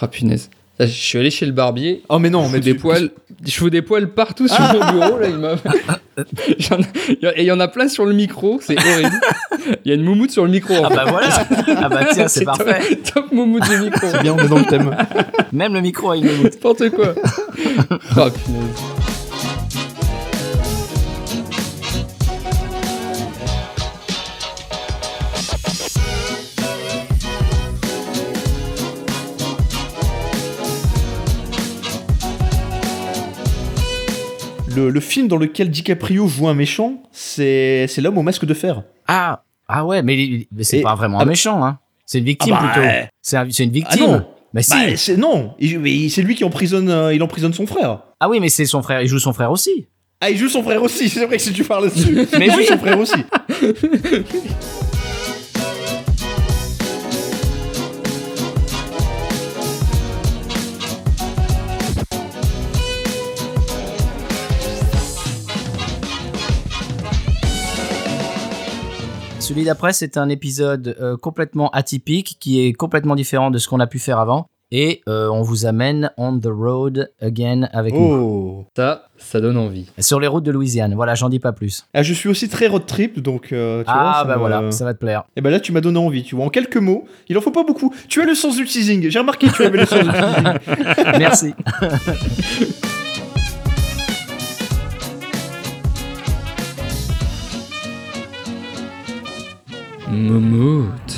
Ah punaise. Là, je suis allé chez le barbier.
Oh, mais non,
je
mais
fous des
tu-
poils. Je fous des poils partout <laughs> sur mon bureau là. Il m'a. J'en- Et il y en a plein sur le micro. C'est horrible. Il y a une moumoute sur le micro. en
Ah
fait.
bah voilà. <laughs> Ah bah
<laughs>
<laughs>
tiens, c'est
top-
parfait.
Top, moumoute du
<laughs>
micro.
C'est <laughs> bien, on est dans le thème.
Même le micro a une émoute.
N'importe
<laughs>
quoi. Oh, punaise.
<laughs> Le, le film dans lequel DiCaprio joue un méchant, c'est c'est l'homme au masque de fer.
Ah, ah ouais, mais, il- mais c'est
Et-
pas vraiment
ah
un
bah-
méchant, hein. C'est une victime
Ah bah,
plutôt.
ouais.
C'est un- c'est une victime.
Ah non.
Mais si.
Bah, c'est non, Il- mais il- c'est lui qui emprisonne, euh, il emprisonne son frère.
Ah oui, mais c'est son frère. Il joue son frère aussi.
Ah, il joue son frère aussi, c'est vrai que si tu parles dessus.
Mais
il joue
oui.
son frère aussi.
Celui d'après, c'est un épisode euh, complètement atypique qui est complètement différent de ce qu'on a pu faire avant. Et euh, on vous amène on the road again avec nous.
Oh.
Ça, ça donne envie.
Sur les routes de Louisiane. Voilà, j'en dis pas plus.
Ah, je suis aussi très road trip, donc. euh, tu vois,
ah
ça
bah
me- <laughs>
voilà, ça va te plaire.
Et ben là, tu m'as donné envie, tu vois. En quelques mots, il en faut pas beaucoup. Tu as le sens du teasing. J'ai remarqué, que tu avais le sens du teasing.
Merci.
Moumoute.